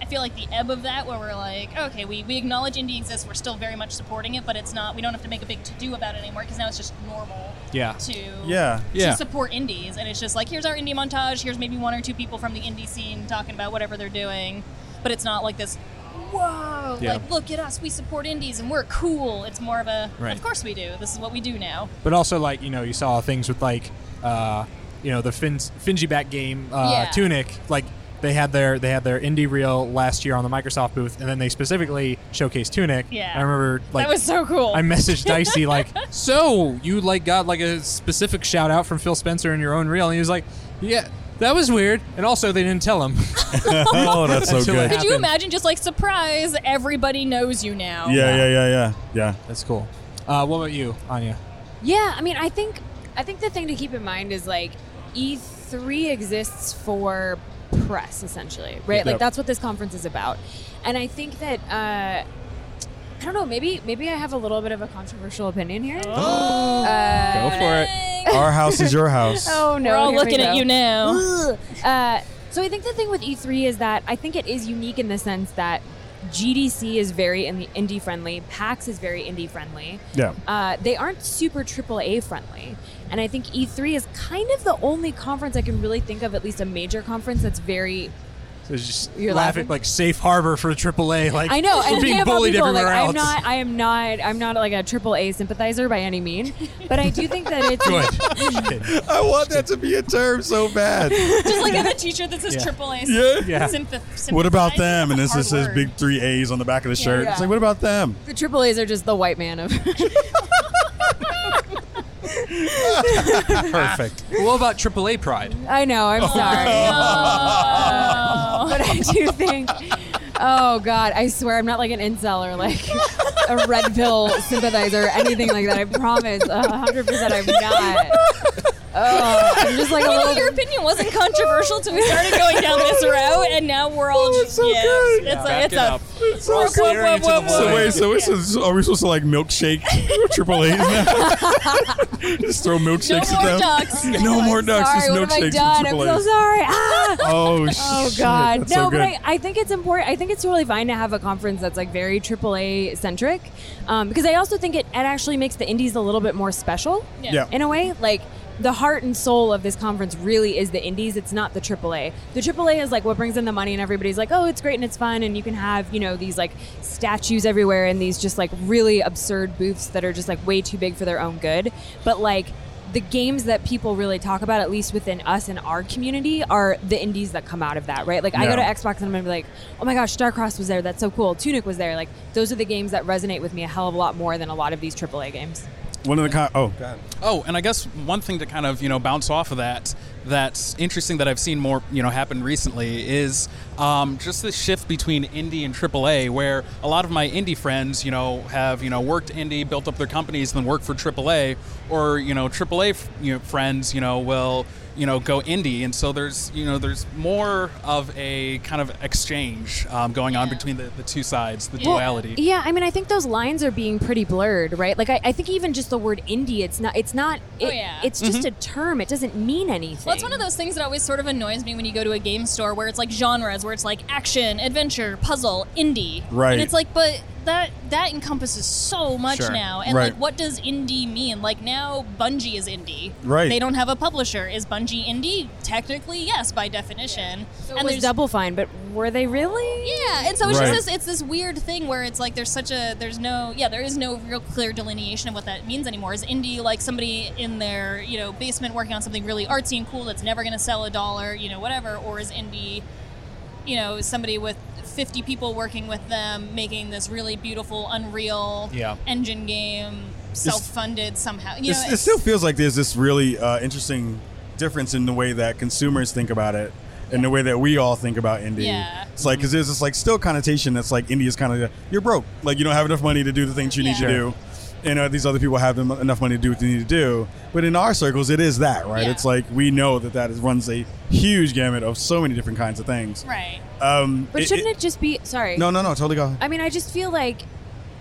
Speaker 4: I feel like the ebb of that, where we're like, okay, we, we acknowledge indie exists, we're still very much supporting it, but it's not, we don't have to make a big to do about it anymore because now it's just normal
Speaker 5: Yeah.
Speaker 4: to
Speaker 3: Yeah.
Speaker 5: Yeah.
Speaker 4: to support indies. And it's just like, here's our indie montage, here's maybe one or two people from the indie scene talking about whatever they're doing, but it's not like this, whoa,
Speaker 5: Yeah.
Speaker 4: like, look at us, we support indies and we're cool. It's more of a,
Speaker 2: Right.
Speaker 4: of course we do, this is what we do now.
Speaker 2: But also, like you know, you saw things with like, uh, you know, the fin- Finji back game, uh,
Speaker 4: Yeah.
Speaker 2: Tunic. Like they had their they had their indie reel last year on the Microsoft booth, and then they specifically showcased Tunic.
Speaker 4: Yeah.
Speaker 2: I remember like
Speaker 4: that was so cool.
Speaker 2: I messaged Dicey like, so you like got like a specific shout out from Phil Spencer in your own reel, and he was like, yeah, that was weird, and also they didn't tell him.
Speaker 3: oh, that's so
Speaker 2: Until it
Speaker 3: good.
Speaker 4: Could you
Speaker 2: happened.
Speaker 4: imagine just like surprise? Everybody knows you now.
Speaker 3: Yeah, yeah, yeah, yeah, yeah.
Speaker 2: That's cool. Uh, what about you, Anya?
Speaker 7: Yeah, I mean, I think I think the thing to keep in mind is like E3 exists for press essentially, right? Like
Speaker 3: Yep.
Speaker 7: that's what this conference is about. And I think that uh, I don't know, maybe maybe I have a little bit of a controversial opinion here.
Speaker 4: Oh,
Speaker 5: Go for it.
Speaker 3: Our house is your house.
Speaker 7: Oh no,
Speaker 4: We're all
Speaker 7: here we
Speaker 4: looking at
Speaker 7: go.
Speaker 4: you now.
Speaker 7: Ugh. Uh, so I think the thing with E3 is that I think it is unique in the sense that GDC is very in- indie friendly, PAX is very indie friendly.
Speaker 3: Yeah.
Speaker 7: Uh, they aren't super AAA friendly. And I think E3 is kind of the only conference I can really think of, at least a major conference, that's very.
Speaker 2: So it's just
Speaker 7: You're
Speaker 2: laugh
Speaker 7: laughing?
Speaker 2: at like safe harbor for AAA. Like
Speaker 7: I know,
Speaker 2: we're
Speaker 7: and
Speaker 2: being
Speaker 7: think about
Speaker 2: bullied
Speaker 7: people, like,
Speaker 2: everywhere else.
Speaker 7: I'm not, I am not, I'm not like a AAA sympathizer by any mean, but I do think that it's
Speaker 2: Good.
Speaker 3: I want that to be a term so bad.
Speaker 4: just like at the t-shirt that says
Speaker 2: Yeah.
Speaker 4: AAA.
Speaker 3: Yeah.
Speaker 2: Yeah.
Speaker 4: Sympath-
Speaker 3: What about
Speaker 4: sympathize?
Speaker 3: them? And
Speaker 4: That's
Speaker 3: this
Speaker 4: a
Speaker 3: just
Speaker 4: hard
Speaker 3: says
Speaker 4: word.
Speaker 3: big three A's on the back of the shirt.
Speaker 7: Yeah.
Speaker 3: It's like, what about them?
Speaker 7: the AAAs are just the white man of.
Speaker 3: Perfect.
Speaker 2: what about AAA pride?
Speaker 7: I know, I'm sorry.
Speaker 4: Oh.
Speaker 7: but I do think. Oh God! I swear I'm not like an incel or like a red pill sympathizer, or anything like that. I promise, hundred percent, I'm not. Oh, I'm just like a
Speaker 4: You know,
Speaker 7: little.
Speaker 4: your opinion wasn't controversial till we started going down this route, and now we're all
Speaker 3: Oh,
Speaker 4: just yeah, it's a,
Speaker 5: Back
Speaker 4: it's
Speaker 5: it
Speaker 4: a
Speaker 5: up.
Speaker 4: whoa, whoa,
Speaker 2: staring into
Speaker 4: whoa,
Speaker 2: the
Speaker 4: whoa,
Speaker 3: So
Speaker 4: whoa.
Speaker 3: wait, so it's are we supposed to like milkshake triple A's now? just throw
Speaker 4: no
Speaker 3: milkshakes
Speaker 4: more
Speaker 3: at them.
Speaker 4: ducks.
Speaker 3: No more ducks,
Speaker 7: sorry,
Speaker 3: just
Speaker 7: what have I
Speaker 3: milkshakes
Speaker 7: done?
Speaker 3: and
Speaker 7: I'm
Speaker 3: triple
Speaker 7: so
Speaker 3: A's.
Speaker 7: sorry. Ah!
Speaker 3: Oh,
Speaker 7: Oh
Speaker 3: shit,
Speaker 7: God,
Speaker 3: that's
Speaker 7: no!
Speaker 3: so
Speaker 7: but
Speaker 3: good.
Speaker 7: I, I think it's important. I think it's really fine to have a conference that's like very AAA centric, um, because I also think it, it actually makes the indies a little bit more special.
Speaker 3: Yeah.
Speaker 7: in a way. Like the heart and soul of this conference really is the indies. It's not the AAA. The AAA is like what brings in the money, and everybody's like, oh, it's great and it's fun, and you can have you know these like statues everywhere and these just like really absurd booths that are just like way too big for their own good. But like the games that people really talk about, at least within us and our community, are the indies that come out of that, right? Like I go to
Speaker 3: Yeah.
Speaker 7: Xbox and I'm gonna be like, oh my gosh, Starcross was there. That's so cool. Tunic was there. Like those are the games that resonate with me a hell of a lot more than a lot of these AAA games.
Speaker 3: One of the con- oh, God.
Speaker 5: Oh, and I guess one thing to kind of you know bounce off of that that's interesting that I've seen more you know happen recently is um, just the shift between indie and AAA, where a lot of my indie friends you know have you know worked indie, built up their companies, then worked for AAA, or you know AAA f- you know, friends you know will you know go indie, and so there's you know there's more of a kind of exchange um, going on between the, the two sides, the duality.
Speaker 7: Yeah, I mean, I think those lines are being pretty blurred, right? Like, I, I think even just the word indie, it's not, it's not, it,
Speaker 4: Oh, yeah.
Speaker 7: it's just a term. It doesn't mean anything.
Speaker 4: Well, it's one of those things that always sort of annoys me when you go to a game store where it's like genres, where it's like action, adventure, puzzle, indie.
Speaker 3: Right.
Speaker 4: And it's like, but that that encompasses so much
Speaker 5: Sure.
Speaker 4: now. And
Speaker 3: Right.
Speaker 4: like, what does indie mean? Like now, Bungie is indie.
Speaker 3: Right.
Speaker 4: They don't have a publisher. Is Bungie indie? Technically, yes, by definition.
Speaker 7: So it was double fine, but were they really?
Speaker 4: Yeah, and so it's
Speaker 3: Right.
Speaker 4: just this, it's this weird thing where it's like there's such a there's no yeah there is no real clear delineation of what that means anymore. Is indie like somebody in their you know basement working on something really artsy and cool that's never going to sell a dollar you know whatever, or is indie you know somebody with 50 people working with them making this really beautiful Unreal
Speaker 5: Yeah.
Speaker 4: engine game self funded somehow. You know,
Speaker 3: It's- it still feels like there's this really uh, interesting difference in the way that consumers think about it and the way that we all think about indie.
Speaker 4: Yeah.
Speaker 3: It's like, because there's this like still connotation that's like indie is kind of, you're broke. Like you don't have enough money to do the things you need
Speaker 4: Yeah.
Speaker 3: to do. And uh, these other people have them- enough money to do what they need to do. But in our circles, it is that, right?
Speaker 4: Yeah.
Speaker 3: It's like we know that that is, runs a huge gamut of so many different kinds of things.
Speaker 4: right.
Speaker 3: Um,
Speaker 7: But shouldn't it, just be, sorry.
Speaker 3: No, no, no, totally go ahead.
Speaker 7: I mean, I just feel like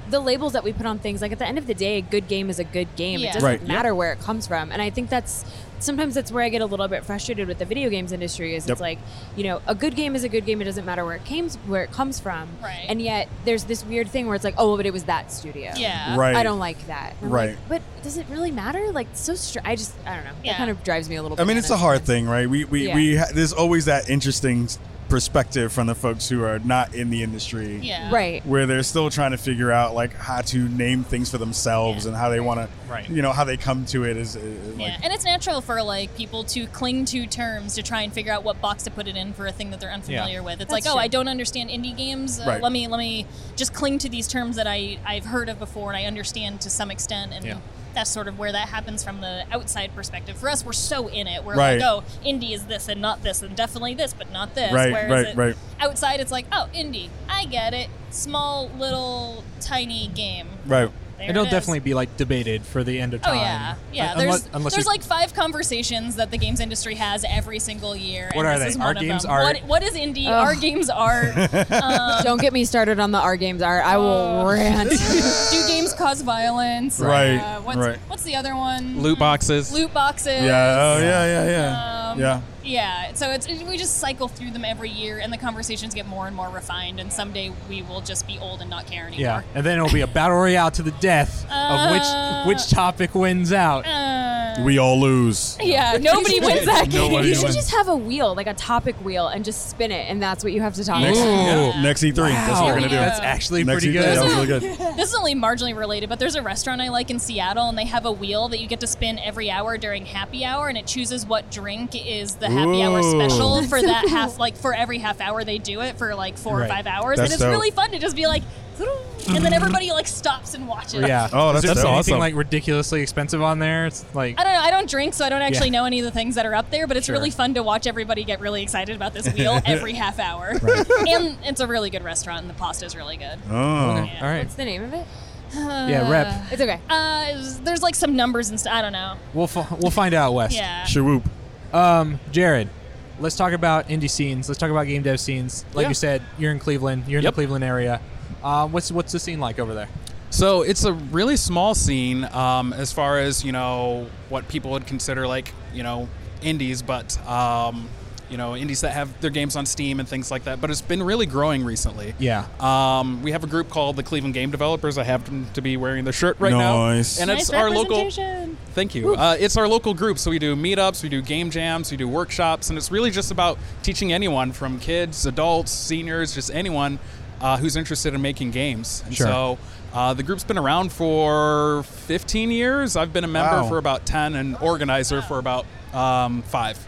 Speaker 7: the labels that we put on things like at the end of the day a good game is a good game
Speaker 4: Yeah.
Speaker 7: it doesn't
Speaker 3: Right, yeah.
Speaker 7: matter where it comes from and i think that's sometimes that's where i get a little bit frustrated with the video games industry is
Speaker 3: Yep.
Speaker 7: it's like you know a good game is a good game it doesn't matter where it came where it comes from
Speaker 4: Right.
Speaker 7: and yet there's this weird thing where it's like oh but it was that studio
Speaker 4: Yeah.
Speaker 3: Right.
Speaker 7: I don't like that. And I'm
Speaker 3: Right.
Speaker 7: like, but does it really matter? Like, it's so str- I just, I don't know.
Speaker 4: Yeah.
Speaker 7: That kind of drives me a little.
Speaker 3: I mean, it's a
Speaker 7: bananas
Speaker 3: hard
Speaker 7: sometimes.
Speaker 3: thing, right? We we,
Speaker 7: Yeah.
Speaker 3: we ha- there's always that interesting s- perspective from the folks who are not in the industry,
Speaker 4: Yeah.
Speaker 7: Right.
Speaker 3: where they're still trying to figure out like how to name things for themselves
Speaker 4: Yeah.
Speaker 3: and how they want
Speaker 5: Right.
Speaker 3: to, you know, how they come to it is. uh, like,
Speaker 4: yeah, and it's natural for like people to cling to terms to try and figure out what box to put it in for a thing that they're unfamiliar with. It's
Speaker 7: That's
Speaker 4: like, oh,
Speaker 7: true.
Speaker 4: I don't understand indie games. Uh,
Speaker 3: Right.
Speaker 4: Let me let me just cling to these terms that I I've heard of before and I understand to some extent. And
Speaker 5: Yeah.
Speaker 4: that's sort of where that happens from the outside perspective. For us, we're so in it. We're
Speaker 3: Right.
Speaker 4: like, oh, indie is this and not this, and definitely this, but not this.
Speaker 3: Right,
Speaker 4: Whereas
Speaker 3: right,
Speaker 4: it-
Speaker 3: right.
Speaker 4: outside, it's like, oh, indie. I get it. Small little tiny game.
Speaker 3: Right.
Speaker 4: There
Speaker 2: It'll
Speaker 4: it is.
Speaker 2: definitely be like debated for the end of
Speaker 4: Oh
Speaker 2: time.
Speaker 4: yeah, yeah.
Speaker 2: Un-
Speaker 4: there's
Speaker 2: unless, unless
Speaker 4: there's
Speaker 2: you-
Speaker 4: like five conversations that the games industry has every single year.
Speaker 2: What
Speaker 4: and
Speaker 2: are
Speaker 4: this
Speaker 2: they?
Speaker 4: is
Speaker 2: Our
Speaker 4: one of
Speaker 2: games
Speaker 4: them.
Speaker 2: are-
Speaker 4: What, what is indie?
Speaker 7: Ugh.
Speaker 4: Our games are. Um,
Speaker 7: Don't get me started on the R games art. I
Speaker 4: Oh.
Speaker 7: will rant.
Speaker 4: do games cause violence?
Speaker 3: Right,
Speaker 4: Uh, what's,
Speaker 3: right.
Speaker 4: What's the other one?
Speaker 5: Loot boxes.
Speaker 4: Loot boxes.
Speaker 3: Yeah. Oh, yeah. Yeah. Yeah.
Speaker 4: Um,
Speaker 3: yeah.
Speaker 4: Yeah. So it's it- we just cycle through them every year, and the conversations get more and more refined. And someday we will just be old and not care anymore.
Speaker 2: yeah, and then it'll be a battle royale to the death
Speaker 4: Uh,
Speaker 2: of which which topic wins out.
Speaker 4: Uh,
Speaker 3: We all lose.
Speaker 4: yeah. Nobody wins that game.
Speaker 3: Nobody
Speaker 7: you should
Speaker 3: wins.
Speaker 7: just have a wheel, like a topic wheel, and just spin it, and that's what you have to talk
Speaker 3: Next,
Speaker 7: about.
Speaker 3: yeah, next E3. That's what we're gonna do.
Speaker 2: That's actually
Speaker 3: Next
Speaker 2: pretty
Speaker 3: E3. That was
Speaker 2: good.
Speaker 3: really good.
Speaker 4: This is only marginally related, but there's a restaurant I like in Seattle, and they have a wheel that you get to spin every hour during happy hour, and it chooses what drink is the happy hour
Speaker 3: Ooh.
Speaker 4: special for that half, like for every half hour they do it for like four
Speaker 2: Right. Mm-hmm.
Speaker 4: or five hours,
Speaker 3: That's
Speaker 4: and it's
Speaker 3: dope.
Speaker 4: really fun to just be like, and then everybody like stops and watches.
Speaker 2: Yeah.
Speaker 3: Oh, that's-
Speaker 2: Is there
Speaker 3: that's
Speaker 2: anything,
Speaker 3: awesome.
Speaker 2: like ridiculously expensive on there? It's like
Speaker 4: I don't know. I don't drink, so I don't actually
Speaker 2: Yeah.
Speaker 4: know any of the things that are up there. But it's
Speaker 2: Sure.
Speaker 4: really fun to watch everybody get really excited about this wheel every half hour. And it's a really good restaurant, and the pasta is really good.
Speaker 3: Oh.
Speaker 2: all right.
Speaker 7: What's the name of it?
Speaker 2: Yeah, rep.
Speaker 7: It's okay.
Speaker 4: Uh, there's like some numbers and stuff. I don't know.
Speaker 2: We'll f- we'll find out, West.
Speaker 4: Yeah.
Speaker 3: Shawoop.
Speaker 2: Um, Jared, let's talk about indie scenes. Let's talk about game dev scenes. Like
Speaker 5: Yeah.
Speaker 2: you said, you're in Cleveland. You're in
Speaker 5: Yep.
Speaker 2: the Cleveland area. Uh, what's what's the scene like over there?
Speaker 5: So it's a really small scene um, as far as you know what people would consider like you know indies, but um, you know indies that have their games on Steam and things like that. But it's been really growing recently.
Speaker 2: Yeah.
Speaker 5: Um, we have a group called the Cleveland Game Developers. I happen to be wearing the shirt right now,
Speaker 3: Nice.
Speaker 5: and it's
Speaker 4: nice
Speaker 5: our local.
Speaker 4: representation.
Speaker 5: Thank you. Uh, it's our local group, so we do meetups, we do game jams, we do workshops, and it's really just about teaching anyone from kids, adults, seniors, just anyone uh, who's interested in making games. And
Speaker 2: Sure.
Speaker 5: so uh, the group's been around for 15 years. I've been a member
Speaker 3: Wow.
Speaker 5: for about 10 and organizer for about um, five.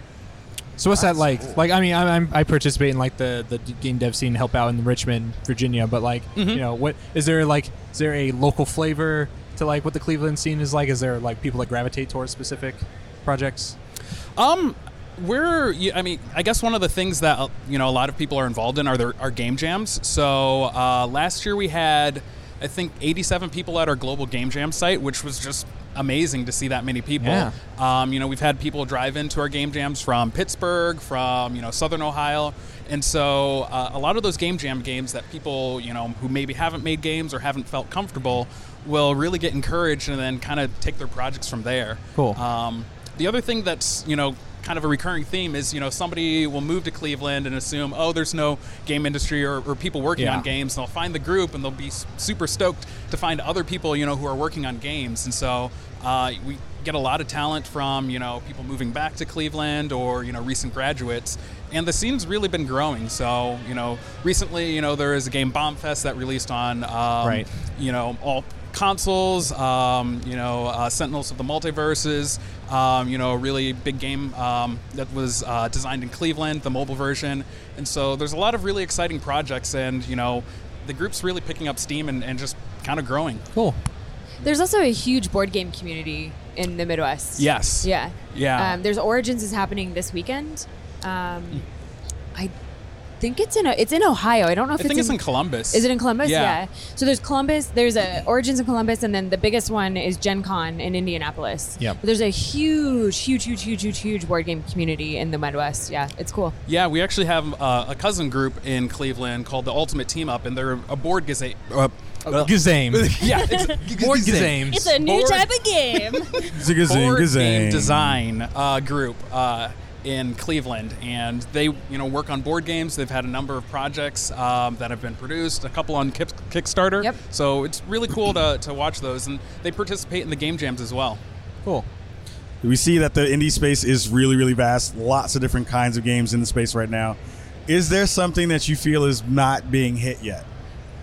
Speaker 2: So what's that like? Like I mean, I'm, I'm, I participate in like the the game dev scene, help out in Richmond, Virginia. But like, you know, what is there like? Is there a local flavor to like what the Cleveland scene is like? Is there like people that gravitate towards specific projects?
Speaker 5: Um, we're. you- I mean, I guess one of the things that uh, you know a lot of people are involved in are their are game jams. So uh, last year we had, I think, 87 people at our global game jam site, which was just amazing to see that many people.
Speaker 2: Yeah.
Speaker 5: Um, you know, we've had people drive into our game jams from Pittsburgh, from you know Southern Ohio, and so uh, a lot of those game jam games that people you know who maybe haven't made games or haven't felt comfortable will really get encouraged and then kind of take their projects from there.
Speaker 2: Cool.
Speaker 5: Um, the other thing that's you know kind of a recurring theme is you know somebody will move to Cleveland and assume oh there's no game industry or, or people working
Speaker 2: Yeah.
Speaker 5: on games and they'll find the group and they'll be s- super stoked to find other people you know who are working on games and so uh, we get a lot of talent from you know people moving back to Cleveland or you know recent graduates and the scene's really been growing so you know recently you know there is a game bomb fest that released on um,
Speaker 2: Right.
Speaker 5: you know all consoles um, you know uh, sentinels of the multiverses um, you know a really big game um, that was uh, designed in cleveland the mobile version and so there's a lot of really exciting projects and you know the group's really picking up steam and, and just kind of growing
Speaker 2: Cool.
Speaker 7: There's also a huge board game community in the Midwest.
Speaker 5: yes
Speaker 7: Yeah.
Speaker 5: Yeah.
Speaker 7: Um, there's Origins is happening this weekend. Um, I think it's in a, it's in Ohio. I don't know
Speaker 5: I
Speaker 7: if it's
Speaker 5: think it's
Speaker 7: in
Speaker 5: in Columbus.
Speaker 7: Is it in Columbus?
Speaker 5: Yeah.
Speaker 7: So there's Columbus, there's a Origins in Columbus, and then the biggest one is Gen Con in Indianapolis.
Speaker 2: Yeah.
Speaker 7: But There's a huge, huge, huge, huge, huge, huge board game community in the Midwest. Yeah, it's cool.
Speaker 5: Yeah, we actually have uh, a cousin group in Cleveland called the Ultimate Team Up, and they're a board gazette. Uh, uh,
Speaker 2: Gazame.
Speaker 5: yeah, it's
Speaker 2: Board
Speaker 5: gazette.
Speaker 2: gazames.
Speaker 4: It's a new
Speaker 5: Board-
Speaker 4: type of game.
Speaker 3: Zigazing,
Speaker 5: board game
Speaker 3: gazing.
Speaker 5: design uh, group uh, in Cleveland, and they you know work on board games. They've had a number of projects um, that have been produced, a couple on Kip- Kickstarter.
Speaker 7: Yep.
Speaker 5: So it's really cool to, to watch those, and they participate in the game jams as well.
Speaker 2: Cool.
Speaker 3: We see that the indie space is really, really vast. Lots of different kinds of games in the space right now. Is there something that you feel is not being hit yet?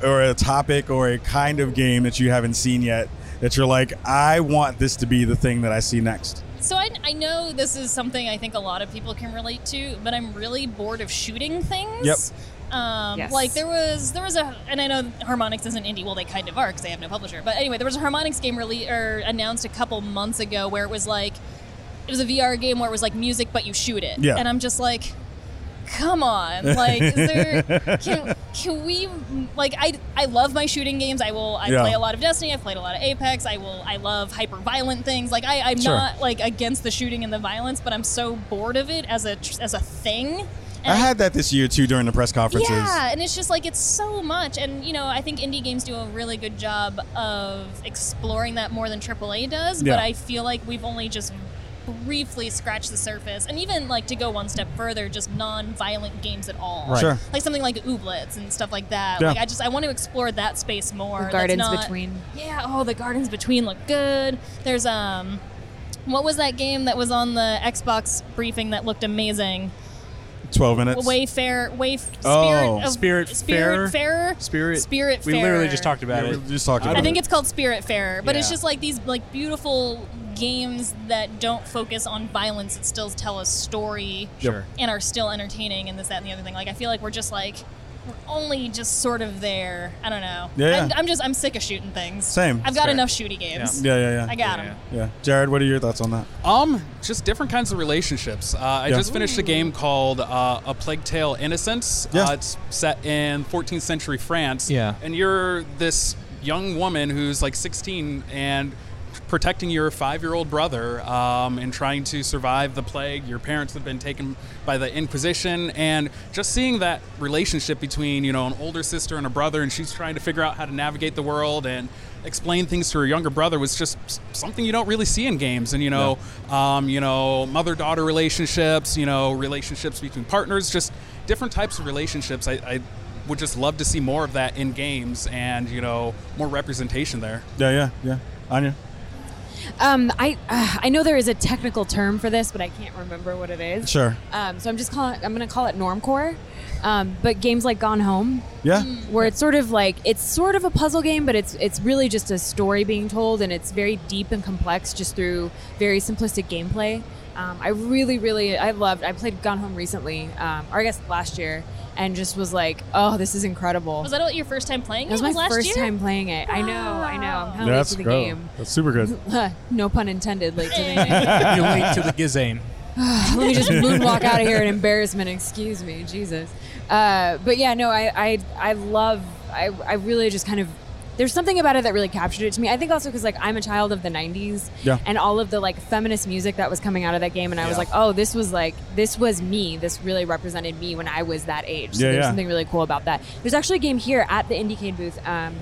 Speaker 3: Or a topic or a kind of game that you haven't seen yet that you're like, I want this to be the thing that I see next?
Speaker 4: So I, I know this is something I think a lot of people can relate to, but I'm really bored of shooting things. Yep. Um,
Speaker 7: Yes.
Speaker 4: Like there was there was a and I know Harmonix isn't indie. Well, they kind of are because they have no publisher. But anyway, there was a Harmonix game really or announced a couple months ago where it was like it was a VR game where it was like music but you shoot it.
Speaker 3: Yeah.
Speaker 4: And I'm just like, come on, like is there can, can we like I I love my shooting games. I will I
Speaker 3: Yeah.
Speaker 4: play a lot of Destiny. I've played a lot of Apex. I will I love hyper violent things. Like I I'm
Speaker 2: Sure.
Speaker 4: not like against the shooting and the violence, but I'm so bored of it as a as a thing. And
Speaker 3: I had that this year too during the press conferences.
Speaker 4: yeah, and it's just like it's so much, and you know I think indie games do a really good job of exploring that more than AAA does.
Speaker 3: Yeah.
Speaker 4: But I feel like we've only just briefly scratched the surface, and even like to go one step further, just non-violent games at all.
Speaker 2: Right.
Speaker 3: Sure.
Speaker 4: Like something like Ooblets and stuff like that.
Speaker 3: Yeah.
Speaker 4: Like I just I want to explore that space more.
Speaker 7: The
Speaker 4: That's
Speaker 7: gardens
Speaker 4: not-
Speaker 7: between.
Speaker 4: Yeah. Oh, the gardens between look good. There's um, what was that game that was on the Xbox briefing that looked amazing?
Speaker 3: 12 minutes.
Speaker 4: Wayfair, Wayf, Spirit,
Speaker 3: Oh.
Speaker 4: of-
Speaker 2: Spirit
Speaker 4: Spirit Farer,
Speaker 2: Spirit.
Speaker 4: Spirit
Speaker 2: We literally
Speaker 4: Farer.
Speaker 2: just talked about
Speaker 3: Yeah, we
Speaker 2: it.
Speaker 3: were just talking
Speaker 2: I
Speaker 3: about
Speaker 4: I
Speaker 3: it.
Speaker 4: think it's called Spirit Fair, but it's
Speaker 2: Yeah.
Speaker 4: just like these like beautiful games that don't focus on violence that still tell a story
Speaker 2: Sure.
Speaker 4: and are still entertaining and this that and the other thing. Like I feel like we're just like we're only just sort of there. I don't know.
Speaker 3: Yeah, yeah.
Speaker 4: I'm, I'm just I'm sick of shooting things.
Speaker 3: Same.
Speaker 4: I've got
Speaker 5: Fair.
Speaker 4: enough shooty games.
Speaker 3: Yeah, yeah, yeah.
Speaker 4: I got
Speaker 5: Yeah,
Speaker 4: them.
Speaker 3: Yeah. Jared, what are your thoughts on that?
Speaker 2: Uh,
Speaker 5: Um, just different kinds of relationships. Uh, I
Speaker 3: Yeah.
Speaker 5: just finished a game called uh, A Plague Tale: Innocence.
Speaker 3: Yeah.
Speaker 5: Uh, it's set in 14th century France.
Speaker 2: Yeah.
Speaker 5: and you're this young woman who's like 16 and protecting your five-year-old brother um, and trying to survive the plague. Your parents have been taken by the Inquisition, and just seeing that relationship between you know an older sister and a brother, and she's trying to figure out how to navigate the world and explain things to her younger brother was just s- something you don't really see in games and you know um, you know mother daughter relationships you know relationships between partners just different types of relationships I, I would just love to see more of that in games and you know more representation there
Speaker 3: Yeah, yeah, yeah. Anya?
Speaker 7: Um, I uh, I know there is a technical term for this, but I can't remember what it is.
Speaker 3: Sure.
Speaker 7: Um, so I'm just calling. I'm going to call it normcore. Um, but games like Gone Home,
Speaker 3: Yeah.
Speaker 4: Mmm.
Speaker 7: where it's sort of like it's sort of a puzzle game, but it's it's really just a story being told, and it's very deep and complex just through very simplistic gameplay. Um, I really, really, I loved. I played Gone Home recently, um, or I guess last year, and just was like, oh, this is incredible.
Speaker 4: Was that your first time playing?
Speaker 7: It was
Speaker 4: it?
Speaker 7: my
Speaker 4: last
Speaker 7: first
Speaker 4: year?
Speaker 7: time playing it. I know, I know. I'm kind of late to the game.
Speaker 3: That's super good.
Speaker 7: no pun intended. Late to the game.
Speaker 2: You're late to the Gazame.
Speaker 7: let me just moonwalk out of here in embarrassment. Excuse me, Jesus. Uh, but yeah, no, I, I, I love. I, I really just kind of. There's something about it that really captured it to me. I think also because like I'm a child of the '90s,
Speaker 3: Yeah.
Speaker 7: and all of the like feminist music that was coming out of that game, and I was
Speaker 5: Yeah.
Speaker 7: like, oh, this was like this was me. This really represented me when I was that age. So
Speaker 3: Yeah,
Speaker 7: there's
Speaker 3: yeah.
Speaker 7: something really cool about that. There's actually a game here at the IndieCade booth. Um,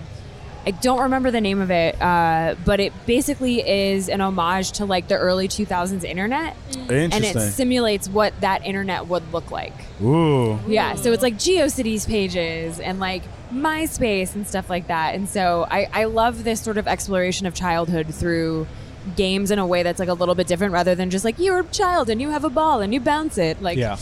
Speaker 7: I don't remember the name of it, uh, but it basically is an homage to like the early 2000s internet and it
Speaker 3: Interesting.
Speaker 7: simulates what that internet would look like.
Speaker 3: Ooh.
Speaker 7: Yeah, so it's like GeoCities pages and like MySpace and stuff like that. And so I, I love this sort of exploration of childhood through games in a way that's like a little bit different rather than just like you're a child and you have a ball and you bounce it. Like,
Speaker 2: Yeah.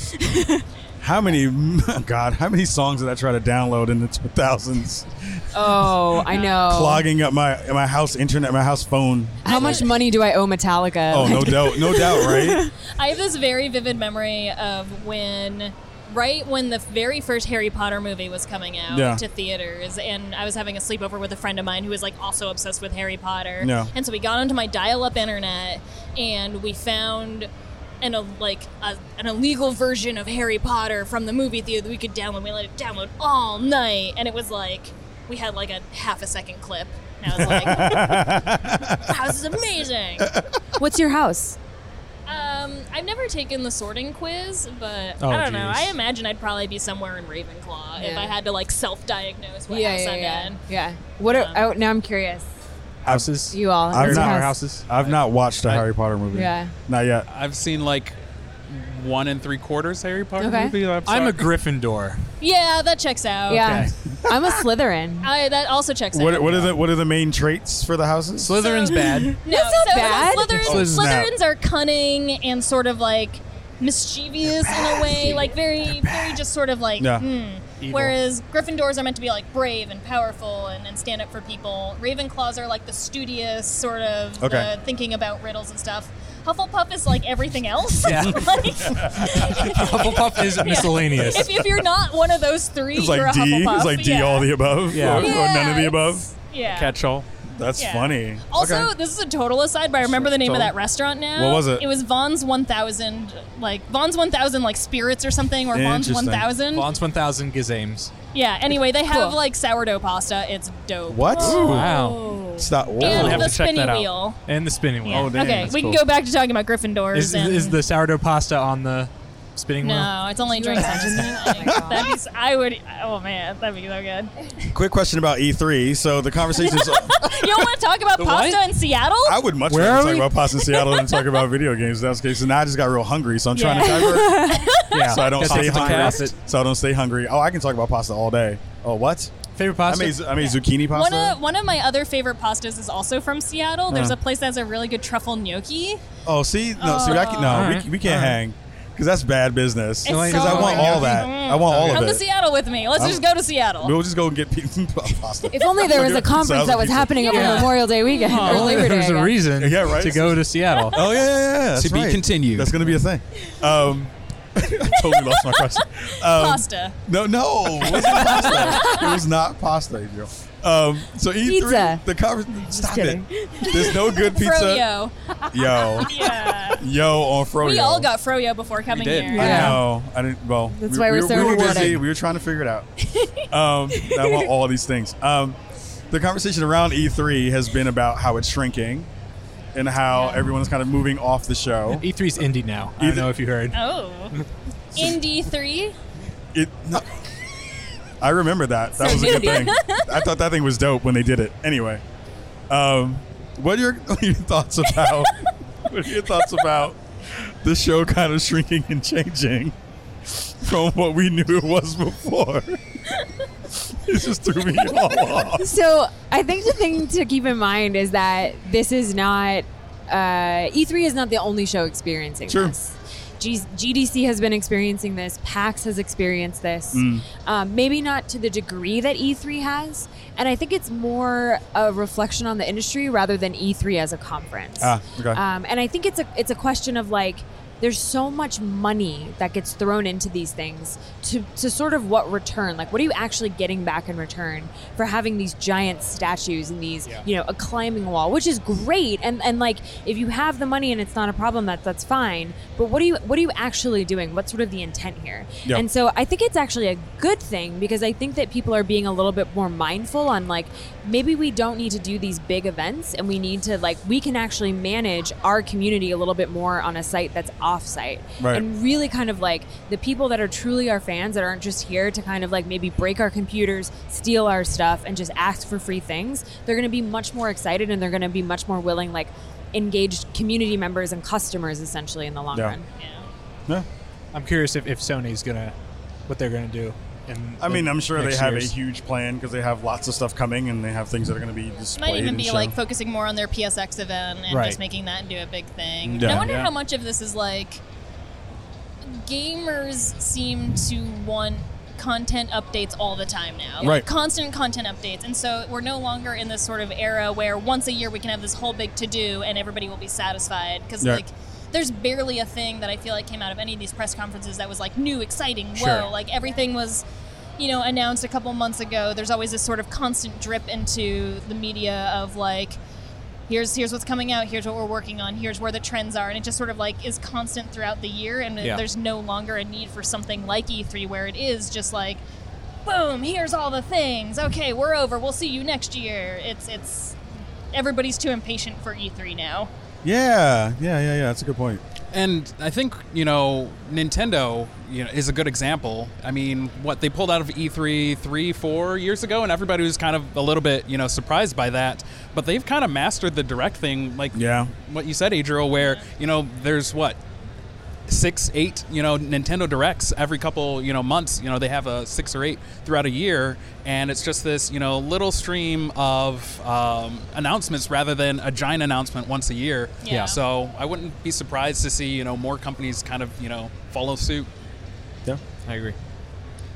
Speaker 3: How many, God, how many songs did I try to download in the 2000s?
Speaker 7: oh, I know.
Speaker 4: Um,
Speaker 3: Clogging up my my house internet, my house phone.
Speaker 7: How much money do I owe Metallica?
Speaker 3: Oh,
Speaker 7: Like,
Speaker 3: no doubt, no doubt, right?
Speaker 4: I have this very vivid memory of when, right when the very first Harry Potter movie was coming out
Speaker 3: Yeah.
Speaker 4: to theaters, and I was having a sleepover with a friend of mine who was like also obsessed with Harry Potter.
Speaker 3: Yeah.
Speaker 4: And so we got onto my dial up internet and we found and a like a, an illegal version of Harry Potter from the movie theater that we could download. We let it download all night, and it was like we had like a half a second clip. And I was like, "Wow, this is amazing."
Speaker 7: What's your house?
Speaker 4: Um, I've never taken the sorting quiz, but
Speaker 2: Oh,
Speaker 4: I don't know.
Speaker 2: geez.
Speaker 4: I imagine I'd probably be somewhere in Ravenclaw if
Speaker 7: Yeah.
Speaker 4: I had to like self-diagnose what house
Speaker 7: yeah,
Speaker 4: I'm
Speaker 7: yeah.
Speaker 4: in.
Speaker 7: yeah. What? Are, oh, now I'm curious.
Speaker 2: Houses.
Speaker 7: You all.
Speaker 3: I've
Speaker 2: Harry
Speaker 7: what's your
Speaker 3: not-
Speaker 2: Potter
Speaker 7: house?
Speaker 2: houses.
Speaker 3: I've not watched a
Speaker 5: I-
Speaker 3: Harry Potter movie.
Speaker 7: Yeah.
Speaker 3: Not yet.
Speaker 5: I've seen like one and three quarters Harry Potter
Speaker 7: Okay.
Speaker 5: movie. I'm,
Speaker 2: I'm a
Speaker 5: sorry.
Speaker 2: Gryffindor.
Speaker 4: Yeah, that checks out.
Speaker 7: Yeah. I'm a Slytherin.
Speaker 4: I, that also checks
Speaker 3: What,
Speaker 4: out.
Speaker 3: what are the what are the main traits for the houses?
Speaker 2: Slytherin's bad.
Speaker 4: No,
Speaker 7: That's not
Speaker 4: so
Speaker 7: bad.
Speaker 4: Slytherin,
Speaker 3: Oh, snap.
Speaker 4: Slytherins are cunning and sort of like mischievous in a way, like very, very just sort of like.
Speaker 3: Yeah.
Speaker 4: hmm.
Speaker 2: Evil.
Speaker 4: Whereas Gryffindors are meant to be like brave and powerful and, and stand up for people. Ravenclaws are like the studious, sort of
Speaker 3: Okay.
Speaker 4: the thinking about riddles and stuff. Hufflepuff is like everything else.
Speaker 2: Yeah.
Speaker 4: like,
Speaker 2: Hufflepuff is miscellaneous.
Speaker 4: if, if you're not one of those three,
Speaker 3: It's
Speaker 4: you're a
Speaker 3: like D.
Speaker 4: Hufflepuff.
Speaker 3: It's like D.
Speaker 4: yeah.
Speaker 3: All the above.
Speaker 2: Yeah.
Speaker 3: Or, or
Speaker 4: Yeah,
Speaker 3: none of the
Speaker 4: it's-
Speaker 3: above.
Speaker 4: Yeah.
Speaker 5: catch all.
Speaker 3: That's
Speaker 4: Yeah.
Speaker 3: funny.
Speaker 4: Also,
Speaker 3: Okay.
Speaker 4: this is a total aside, but I remember the name of
Speaker 5: Total.
Speaker 4: that restaurant now.
Speaker 3: What was it?
Speaker 4: It was Vaughn's 1000, like Vaughn's 1000, like spirits or something, or Vaughn's
Speaker 3: Interesting.
Speaker 4: 1000.
Speaker 2: Vaughn's 1000 Gazames.
Speaker 4: Yeah, anyway, they have
Speaker 7: Cool.
Speaker 4: like sourdough pasta. It's dope.
Speaker 3: what? Oh,
Speaker 2: Wow.
Speaker 3: Stop.
Speaker 4: And
Speaker 5: I'll have
Speaker 4: the
Speaker 5: to check
Speaker 4: spinny
Speaker 5: that out.
Speaker 4: wheel.
Speaker 2: And the spinning wheel.
Speaker 4: Yeah.
Speaker 3: Oh, damn,
Speaker 4: okay,
Speaker 3: that's
Speaker 4: we
Speaker 3: cool.
Speaker 4: can go back to talking about Gryffindors.
Speaker 2: Is,
Speaker 4: and
Speaker 2: is the sourdough pasta on the spinning wheel?
Speaker 4: no, it's only drinks.
Speaker 7: Imagine that.
Speaker 4: That'd be, I would. Oh man, that'd be so good.
Speaker 3: Um, Quick question about E3. So the conversations.
Speaker 4: You don't want to talk about
Speaker 2: The what?
Speaker 4: pasta in Seattle?
Speaker 3: I would much
Speaker 2: Where
Speaker 3: rather
Speaker 2: are
Speaker 3: talk
Speaker 2: we?
Speaker 3: about pasta in Seattle than talk about video games. That's okay. So now I just got real hungry, so I'm trying to
Speaker 4: Yeah.
Speaker 3: divert,
Speaker 2: Yeah.
Speaker 3: so I don't
Speaker 2: Guess
Speaker 3: stay
Speaker 2: it's a
Speaker 3: hungry.
Speaker 2: cast.
Speaker 3: So I don't stay hungry. Oh, I can talk about pasta all day. Oh, what?
Speaker 2: Favorite
Speaker 3: I
Speaker 2: pasta?
Speaker 3: made I made zucchini
Speaker 4: One
Speaker 3: pasta.
Speaker 4: of, one of my other favorite pastas is also from Seattle. There's
Speaker 3: Uh.
Speaker 4: a place that has a really good truffle gnocchi.
Speaker 3: oh, see, no, see, I can, no,
Speaker 2: Oh.
Speaker 7: Uh,
Speaker 3: we, we can't
Speaker 2: Alright.
Speaker 3: hang because that's bad business.
Speaker 4: It's
Speaker 3: Because
Speaker 4: so
Speaker 3: I want
Speaker 4: good.
Speaker 3: all that. I want all
Speaker 4: Come to
Speaker 3: of it.
Speaker 4: Seattle with me. Let's
Speaker 3: I'm-
Speaker 4: just go to Seattle.
Speaker 3: We'll just go and get pizza, pasta.
Speaker 7: If only there was a conference that was happening over
Speaker 4: Yeah.
Speaker 7: Memorial Day weekend
Speaker 2: Oh,
Speaker 7: or Labor Day.
Speaker 2: there's a
Speaker 7: I guess.
Speaker 2: reason
Speaker 3: Yeah, right.
Speaker 2: to go to Seattle.
Speaker 3: Oh yeah, yeah, yeah. That's
Speaker 5: To be
Speaker 3: right.
Speaker 5: continued.
Speaker 3: That's gonna be a thing. Um, I totally lost my question. Um,
Speaker 4: Pasta.
Speaker 3: No, no, it wasn't pasta. It was not pasta, Adriel. Um, so E3,
Speaker 7: Pizza.
Speaker 3: the conversation. Stop
Speaker 7: kidding.
Speaker 3: it. There's no good pizza.
Speaker 4: Froyo.
Speaker 3: Yo,
Speaker 4: Yeah.
Speaker 3: yo, on Froyo.
Speaker 4: we all got Froyo before coming
Speaker 5: did.
Speaker 4: here.
Speaker 7: Yeah.
Speaker 3: No, I didn't. Well,
Speaker 7: That's why we're so
Speaker 3: we were busy.
Speaker 7: rewarding.
Speaker 3: We were trying to figure it out. um, I want all these things. Um, the conversation around E3 has been about how it's shrinking and how everyone's kind of moving off the show.
Speaker 2: E3's E indie now. I
Speaker 3: Either-
Speaker 2: don't know if you heard.
Speaker 4: Oh. Indy 3.
Speaker 3: It. No, I remember that. That was a good thing. I thought that thing was dope when they did it. Anyway, um, what are your, what are your thoughts about? what are your thoughts about the show kind of shrinking and changing from what we knew it was before? it just threw me all off.
Speaker 7: So I think the thing to keep in mind is that this is not uh, E3 is not the only show experiencing
Speaker 3: Sure.
Speaker 7: this. G- GDC has been experiencing this. PAX has experienced this.
Speaker 2: Mm.
Speaker 7: Um, maybe not to the degree that E3 has, and I think it's more a reflection on the industry rather than E3 as a conference.
Speaker 3: Ah, okay.
Speaker 7: Um, and I think it's a it's a question of like there's so much money that gets thrown into these things to, to sort of what return like what are you actually getting back in return for having these giant statues and these you know a climbing wall which is great and and like if you have the money and it's not a problem that that's fine but what are you what are you actually doing what's sort of the intent here
Speaker 3: Yeah.
Speaker 7: and so i think it's actually a good thing because i think that people are being a little bit more mindful on like maybe we don't need to do these big events and we need to like we can actually manage our community a little bit more on a site that's offsite
Speaker 3: Right.
Speaker 7: and really kind of like the people that are truly our fans that aren't just here to kind of like maybe break our computers steal our stuff and just ask for free things they're going to be much more excited and they're going to be much more willing like engaged community members and customers essentially in the long
Speaker 3: Yeah.
Speaker 7: run
Speaker 3: Yeah.
Speaker 2: I'm curious if, if Sony's gonna what they're gonna do. And
Speaker 3: I mean, I'm sure they have a huge plan because they have lots of stuff coming and they have things that are going to be displayed.
Speaker 4: Might even
Speaker 3: and
Speaker 4: be
Speaker 3: shown.
Speaker 4: like focusing more on their PSX event and
Speaker 2: Right.
Speaker 4: just making that into a big thing.
Speaker 3: Yeah.
Speaker 4: And I wonder
Speaker 2: Yeah.
Speaker 4: how much of this is like gamers seem to want content updates all the time now. Like,
Speaker 3: Right.
Speaker 4: Constant content updates. And so we're no longer in this sort of era where once a year we can have this whole big to do and everybody will be satisfied. Because,
Speaker 3: Yeah.
Speaker 4: like, there's barely a thing that I feel like came out of any of these press conferences that was like new, exciting,
Speaker 2: Sure.
Speaker 4: whoa. Like, everything was you know, announced a couple months ago, there's always this sort of constant drip into the media of like, here's here's what's coming out here's what we're working on here's where the trends are and it just sort of like is constant throughout the year and
Speaker 5: Yeah.
Speaker 4: there's no longer a need for something like e3 where it is just like boom here's all the things okay we're over we'll see you next year it's it's everybody's too impatient for e3 now
Speaker 3: Yeah, yeah, yeah, yeah. That's a good point.
Speaker 5: And I think you know Nintendo you know, is a good example. I mean, what they pulled out of E3 three, four years ago, and everybody was kind of a little bit you know surprised by that. But they've kind of mastered the direct thing, like
Speaker 3: Yeah.
Speaker 5: what you said, Adriel, where you know there's what six, eight, you know, Nintendo Directs every couple, you know, months. You know, they have a six or eight throughout a year, and it's just this, you know, little stream of um, announcements rather than a giant announcement once a year.
Speaker 4: Yeah.
Speaker 5: So I wouldn't be surprised to see, you know, more companies kind of, you know, follow suit.
Speaker 3: Yeah.
Speaker 2: I agree.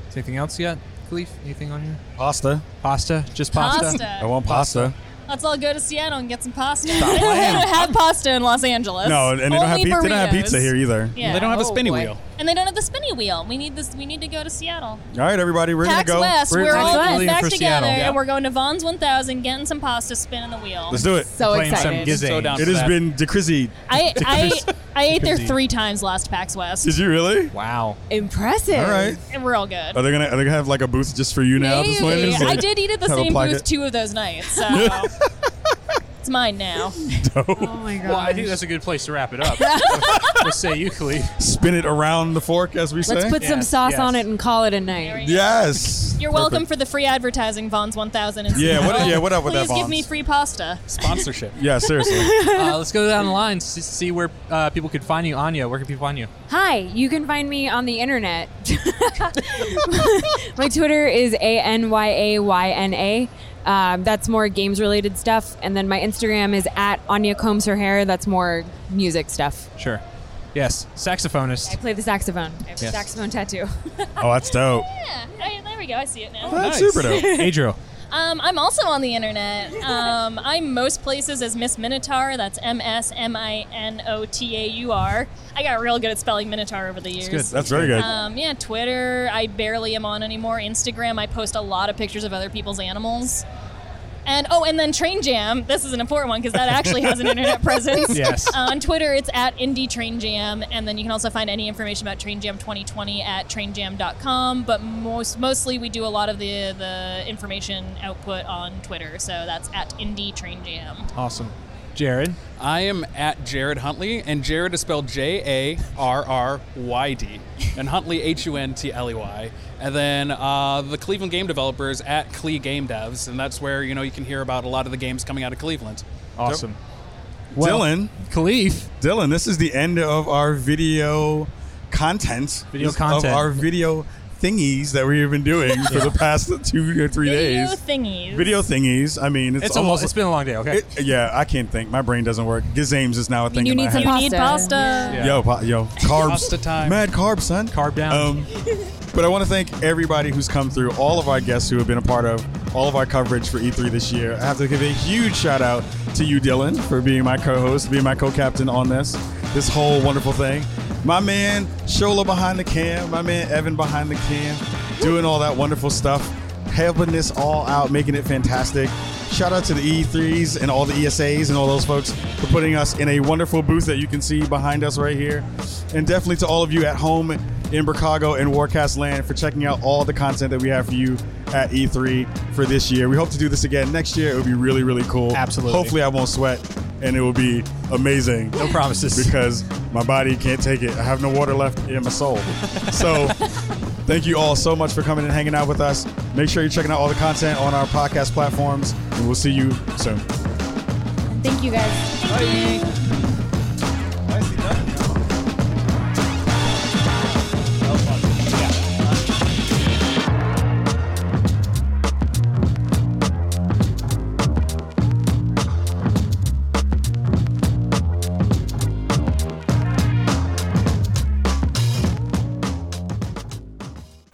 Speaker 2: Is anything else yet, Khalif? Anything on your
Speaker 3: Pasta.
Speaker 2: pasta? Just pasta.
Speaker 3: I want pasta.
Speaker 4: Let's all go to Seattle and get some pasta. They don't have pasta in Los Angeles.
Speaker 3: No, and they don't, have
Speaker 4: Only
Speaker 3: pe- they don't have
Speaker 4: burritos.
Speaker 3: pizza here either.
Speaker 4: Yeah.
Speaker 5: They don't have a
Speaker 6: Oh,
Speaker 5: spinny
Speaker 6: boy.
Speaker 5: wheel.
Speaker 4: and they don't have the spinny wheel. We need this. We need to go to Seattle.
Speaker 3: All right, everybody, we're going to
Speaker 4: Pax
Speaker 3: go.
Speaker 4: West. We're,
Speaker 2: We're- Pax
Speaker 4: all
Speaker 2: West.
Speaker 4: getting back
Speaker 2: Leaving for
Speaker 4: together,
Speaker 2: Seattle. Yeah.
Speaker 4: and we're going to Vaughn's 1000, getting some pasta, spinning the wheel.
Speaker 3: Let's do it.
Speaker 6: So
Speaker 2: Playing some
Speaker 6: excited.
Speaker 2: gizzard.
Speaker 5: So down
Speaker 3: It
Speaker 5: for
Speaker 3: has
Speaker 5: that.
Speaker 3: been decrizzy.
Speaker 4: I I, I ate there
Speaker 3: Crazy.
Speaker 4: three times last Pax West,
Speaker 3: Did you really?
Speaker 2: Wow.
Speaker 6: Impressive.
Speaker 3: All right.
Speaker 4: and we're all good.
Speaker 3: Are they gonna are they gonna have like a booth just for you now? This way?
Speaker 4: Maybe.
Speaker 3: Just like-
Speaker 4: I did e- eat at the
Speaker 3: have a
Speaker 4: same booth
Speaker 3: placket.
Speaker 4: two of those nights, so it's mine now.
Speaker 6: Oh my god.
Speaker 2: Well, I think that's a good place to wrap it up. Let's say you, Khalif.
Speaker 3: Spin it around the fork, as we say.
Speaker 6: Let's put some
Speaker 2: Yes,
Speaker 6: sauce
Speaker 2: yes.
Speaker 6: on it and call it a
Speaker 4: There
Speaker 6: night.
Speaker 4: we go.
Speaker 3: yes.
Speaker 4: You're
Speaker 3: Perfect.
Speaker 4: welcome for the free advertising, Vaughn's 1000. in
Speaker 3: Yeah, what-
Speaker 4: Seattle.
Speaker 3: yeah, what up with that,
Speaker 4: Please give me
Speaker 3: Vaughn's?
Speaker 4: free pasta.
Speaker 5: Sponsorship.
Speaker 3: Yeah, seriously.
Speaker 2: Uh, let's go down the line to see where uh, people could find you. Anya, where can people find you?
Speaker 6: Hi, you can find me on the internet. My Twitter is A N Y A Y N A. Um, that's more games related stuff. And then my Instagram is at Anya Combs Her Hair. That's more music stuff.
Speaker 2: Sure. Yes, saxophonist.
Speaker 6: I play the saxophone. I have a
Speaker 2: Yes.
Speaker 6: saxophone tattoo.
Speaker 3: oh, that's dope.
Speaker 4: Yeah, I- there we go. I see it now.
Speaker 3: That's
Speaker 5: Nice.
Speaker 3: super dope.
Speaker 2: Adriel.
Speaker 4: Um, I'm also on the internet. Um, I'm most places as Miss Minotaur. That's M S M I N O T A U R. I got real good at spelling Minotaur over the years.
Speaker 2: good.
Speaker 3: That's very good.
Speaker 4: Um, yeah, Twitter. I barely am on anymore. Instagram. I post a lot of pictures of other people's animals. And oh, and then Train Jam. This is an important one because that actually has an internet presence.
Speaker 2: Yes.
Speaker 4: Uh, on Twitter, it's at Indie Train Jam, and then you can also find any information about Train Jam 2020 at trainjam.com. But most mostly, we do a lot of the the information output on Twitter, so that's at Indie Train Jam.
Speaker 2: Awesome. Jared.
Speaker 5: I am at Jared Huntley, and Jared is spelled J A R R Y D, and Huntley H U N T L E Y. And then uh, the Cleveland game developers at Clee Game Devs, and that's where you know you can hear about a lot of the games coming out of Cleveland.
Speaker 2: Awesome.
Speaker 3: Dylan,
Speaker 2: Khalif.
Speaker 3: Dylan, this is the end of our video content.
Speaker 2: Video
Speaker 3: This-
Speaker 2: content.
Speaker 3: Of our video thingies that we've been doing for the past two or three
Speaker 4: Video
Speaker 3: days.
Speaker 4: thingies.
Speaker 3: Video thingies. I mean, it's,
Speaker 2: It's
Speaker 3: almost.
Speaker 2: almost. It's been a long day. Okay.
Speaker 3: it, yeah, I can't think. My brain doesn't work. Gizames is now a thing.
Speaker 6: you
Speaker 3: in my
Speaker 6: need some
Speaker 3: head.
Speaker 4: You need
Speaker 6: Pasta.
Speaker 4: pasta.
Speaker 2: Yeah.
Speaker 3: Yo, pa- yo, carbs.
Speaker 5: Pasta time.
Speaker 3: Mad carbs, son. Um,
Speaker 2: Carb down.
Speaker 3: but I want to thank everybody who's come through, all of our guests who have been a part of all of our coverage for E3 this year. I have to give a huge shout out to you, Dylan, for being my co-host, being my co-captain on this, this whole wonderful thing. My man Shola behind the cam, my man Evan behind the cam, doing all that wonderful stuff helping this all out, making it fantastic. Shout out to the E3s and all the ESAs and all those folks for putting us in a wonderful booth that you can see behind us right here. And definitely to all of you at home in Chicago and Warcast Land for checking out all the content that we have for you at E3 for this year. We hope to do this again next year. It would be really, really cool.
Speaker 2: Absolutely.
Speaker 3: Hopefully, I won't sweat and it will be amazing
Speaker 2: No promises.
Speaker 3: because my body can't take it. I have no water left in my soul. So, thank you all so much for coming and hanging out with us. Make sure you're checking out all the content on our podcast platforms, and we'll see you soon.
Speaker 6: Thank you guys.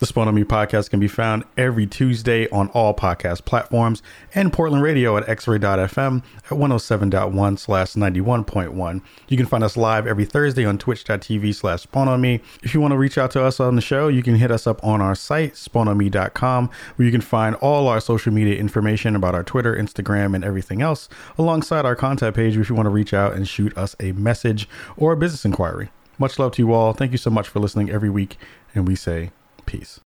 Speaker 1: The Phone on Me podcast can be found every Tuesday on all podcast platforms and Portland Radio at xray.fm at 107.1 slash 91.1. You can find us live every Thursday on twitch.tv slash Spawn on Me. If you want to reach out to us on the show, you can hit us up on our site, spawnonme.com, where you can find all our social media information about our Twitter, Instagram, and everything else, alongside our contact page if you want to reach out and shoot us a message or a business inquiry. Much love to you all. Thank you so much for listening every week, and we say peace.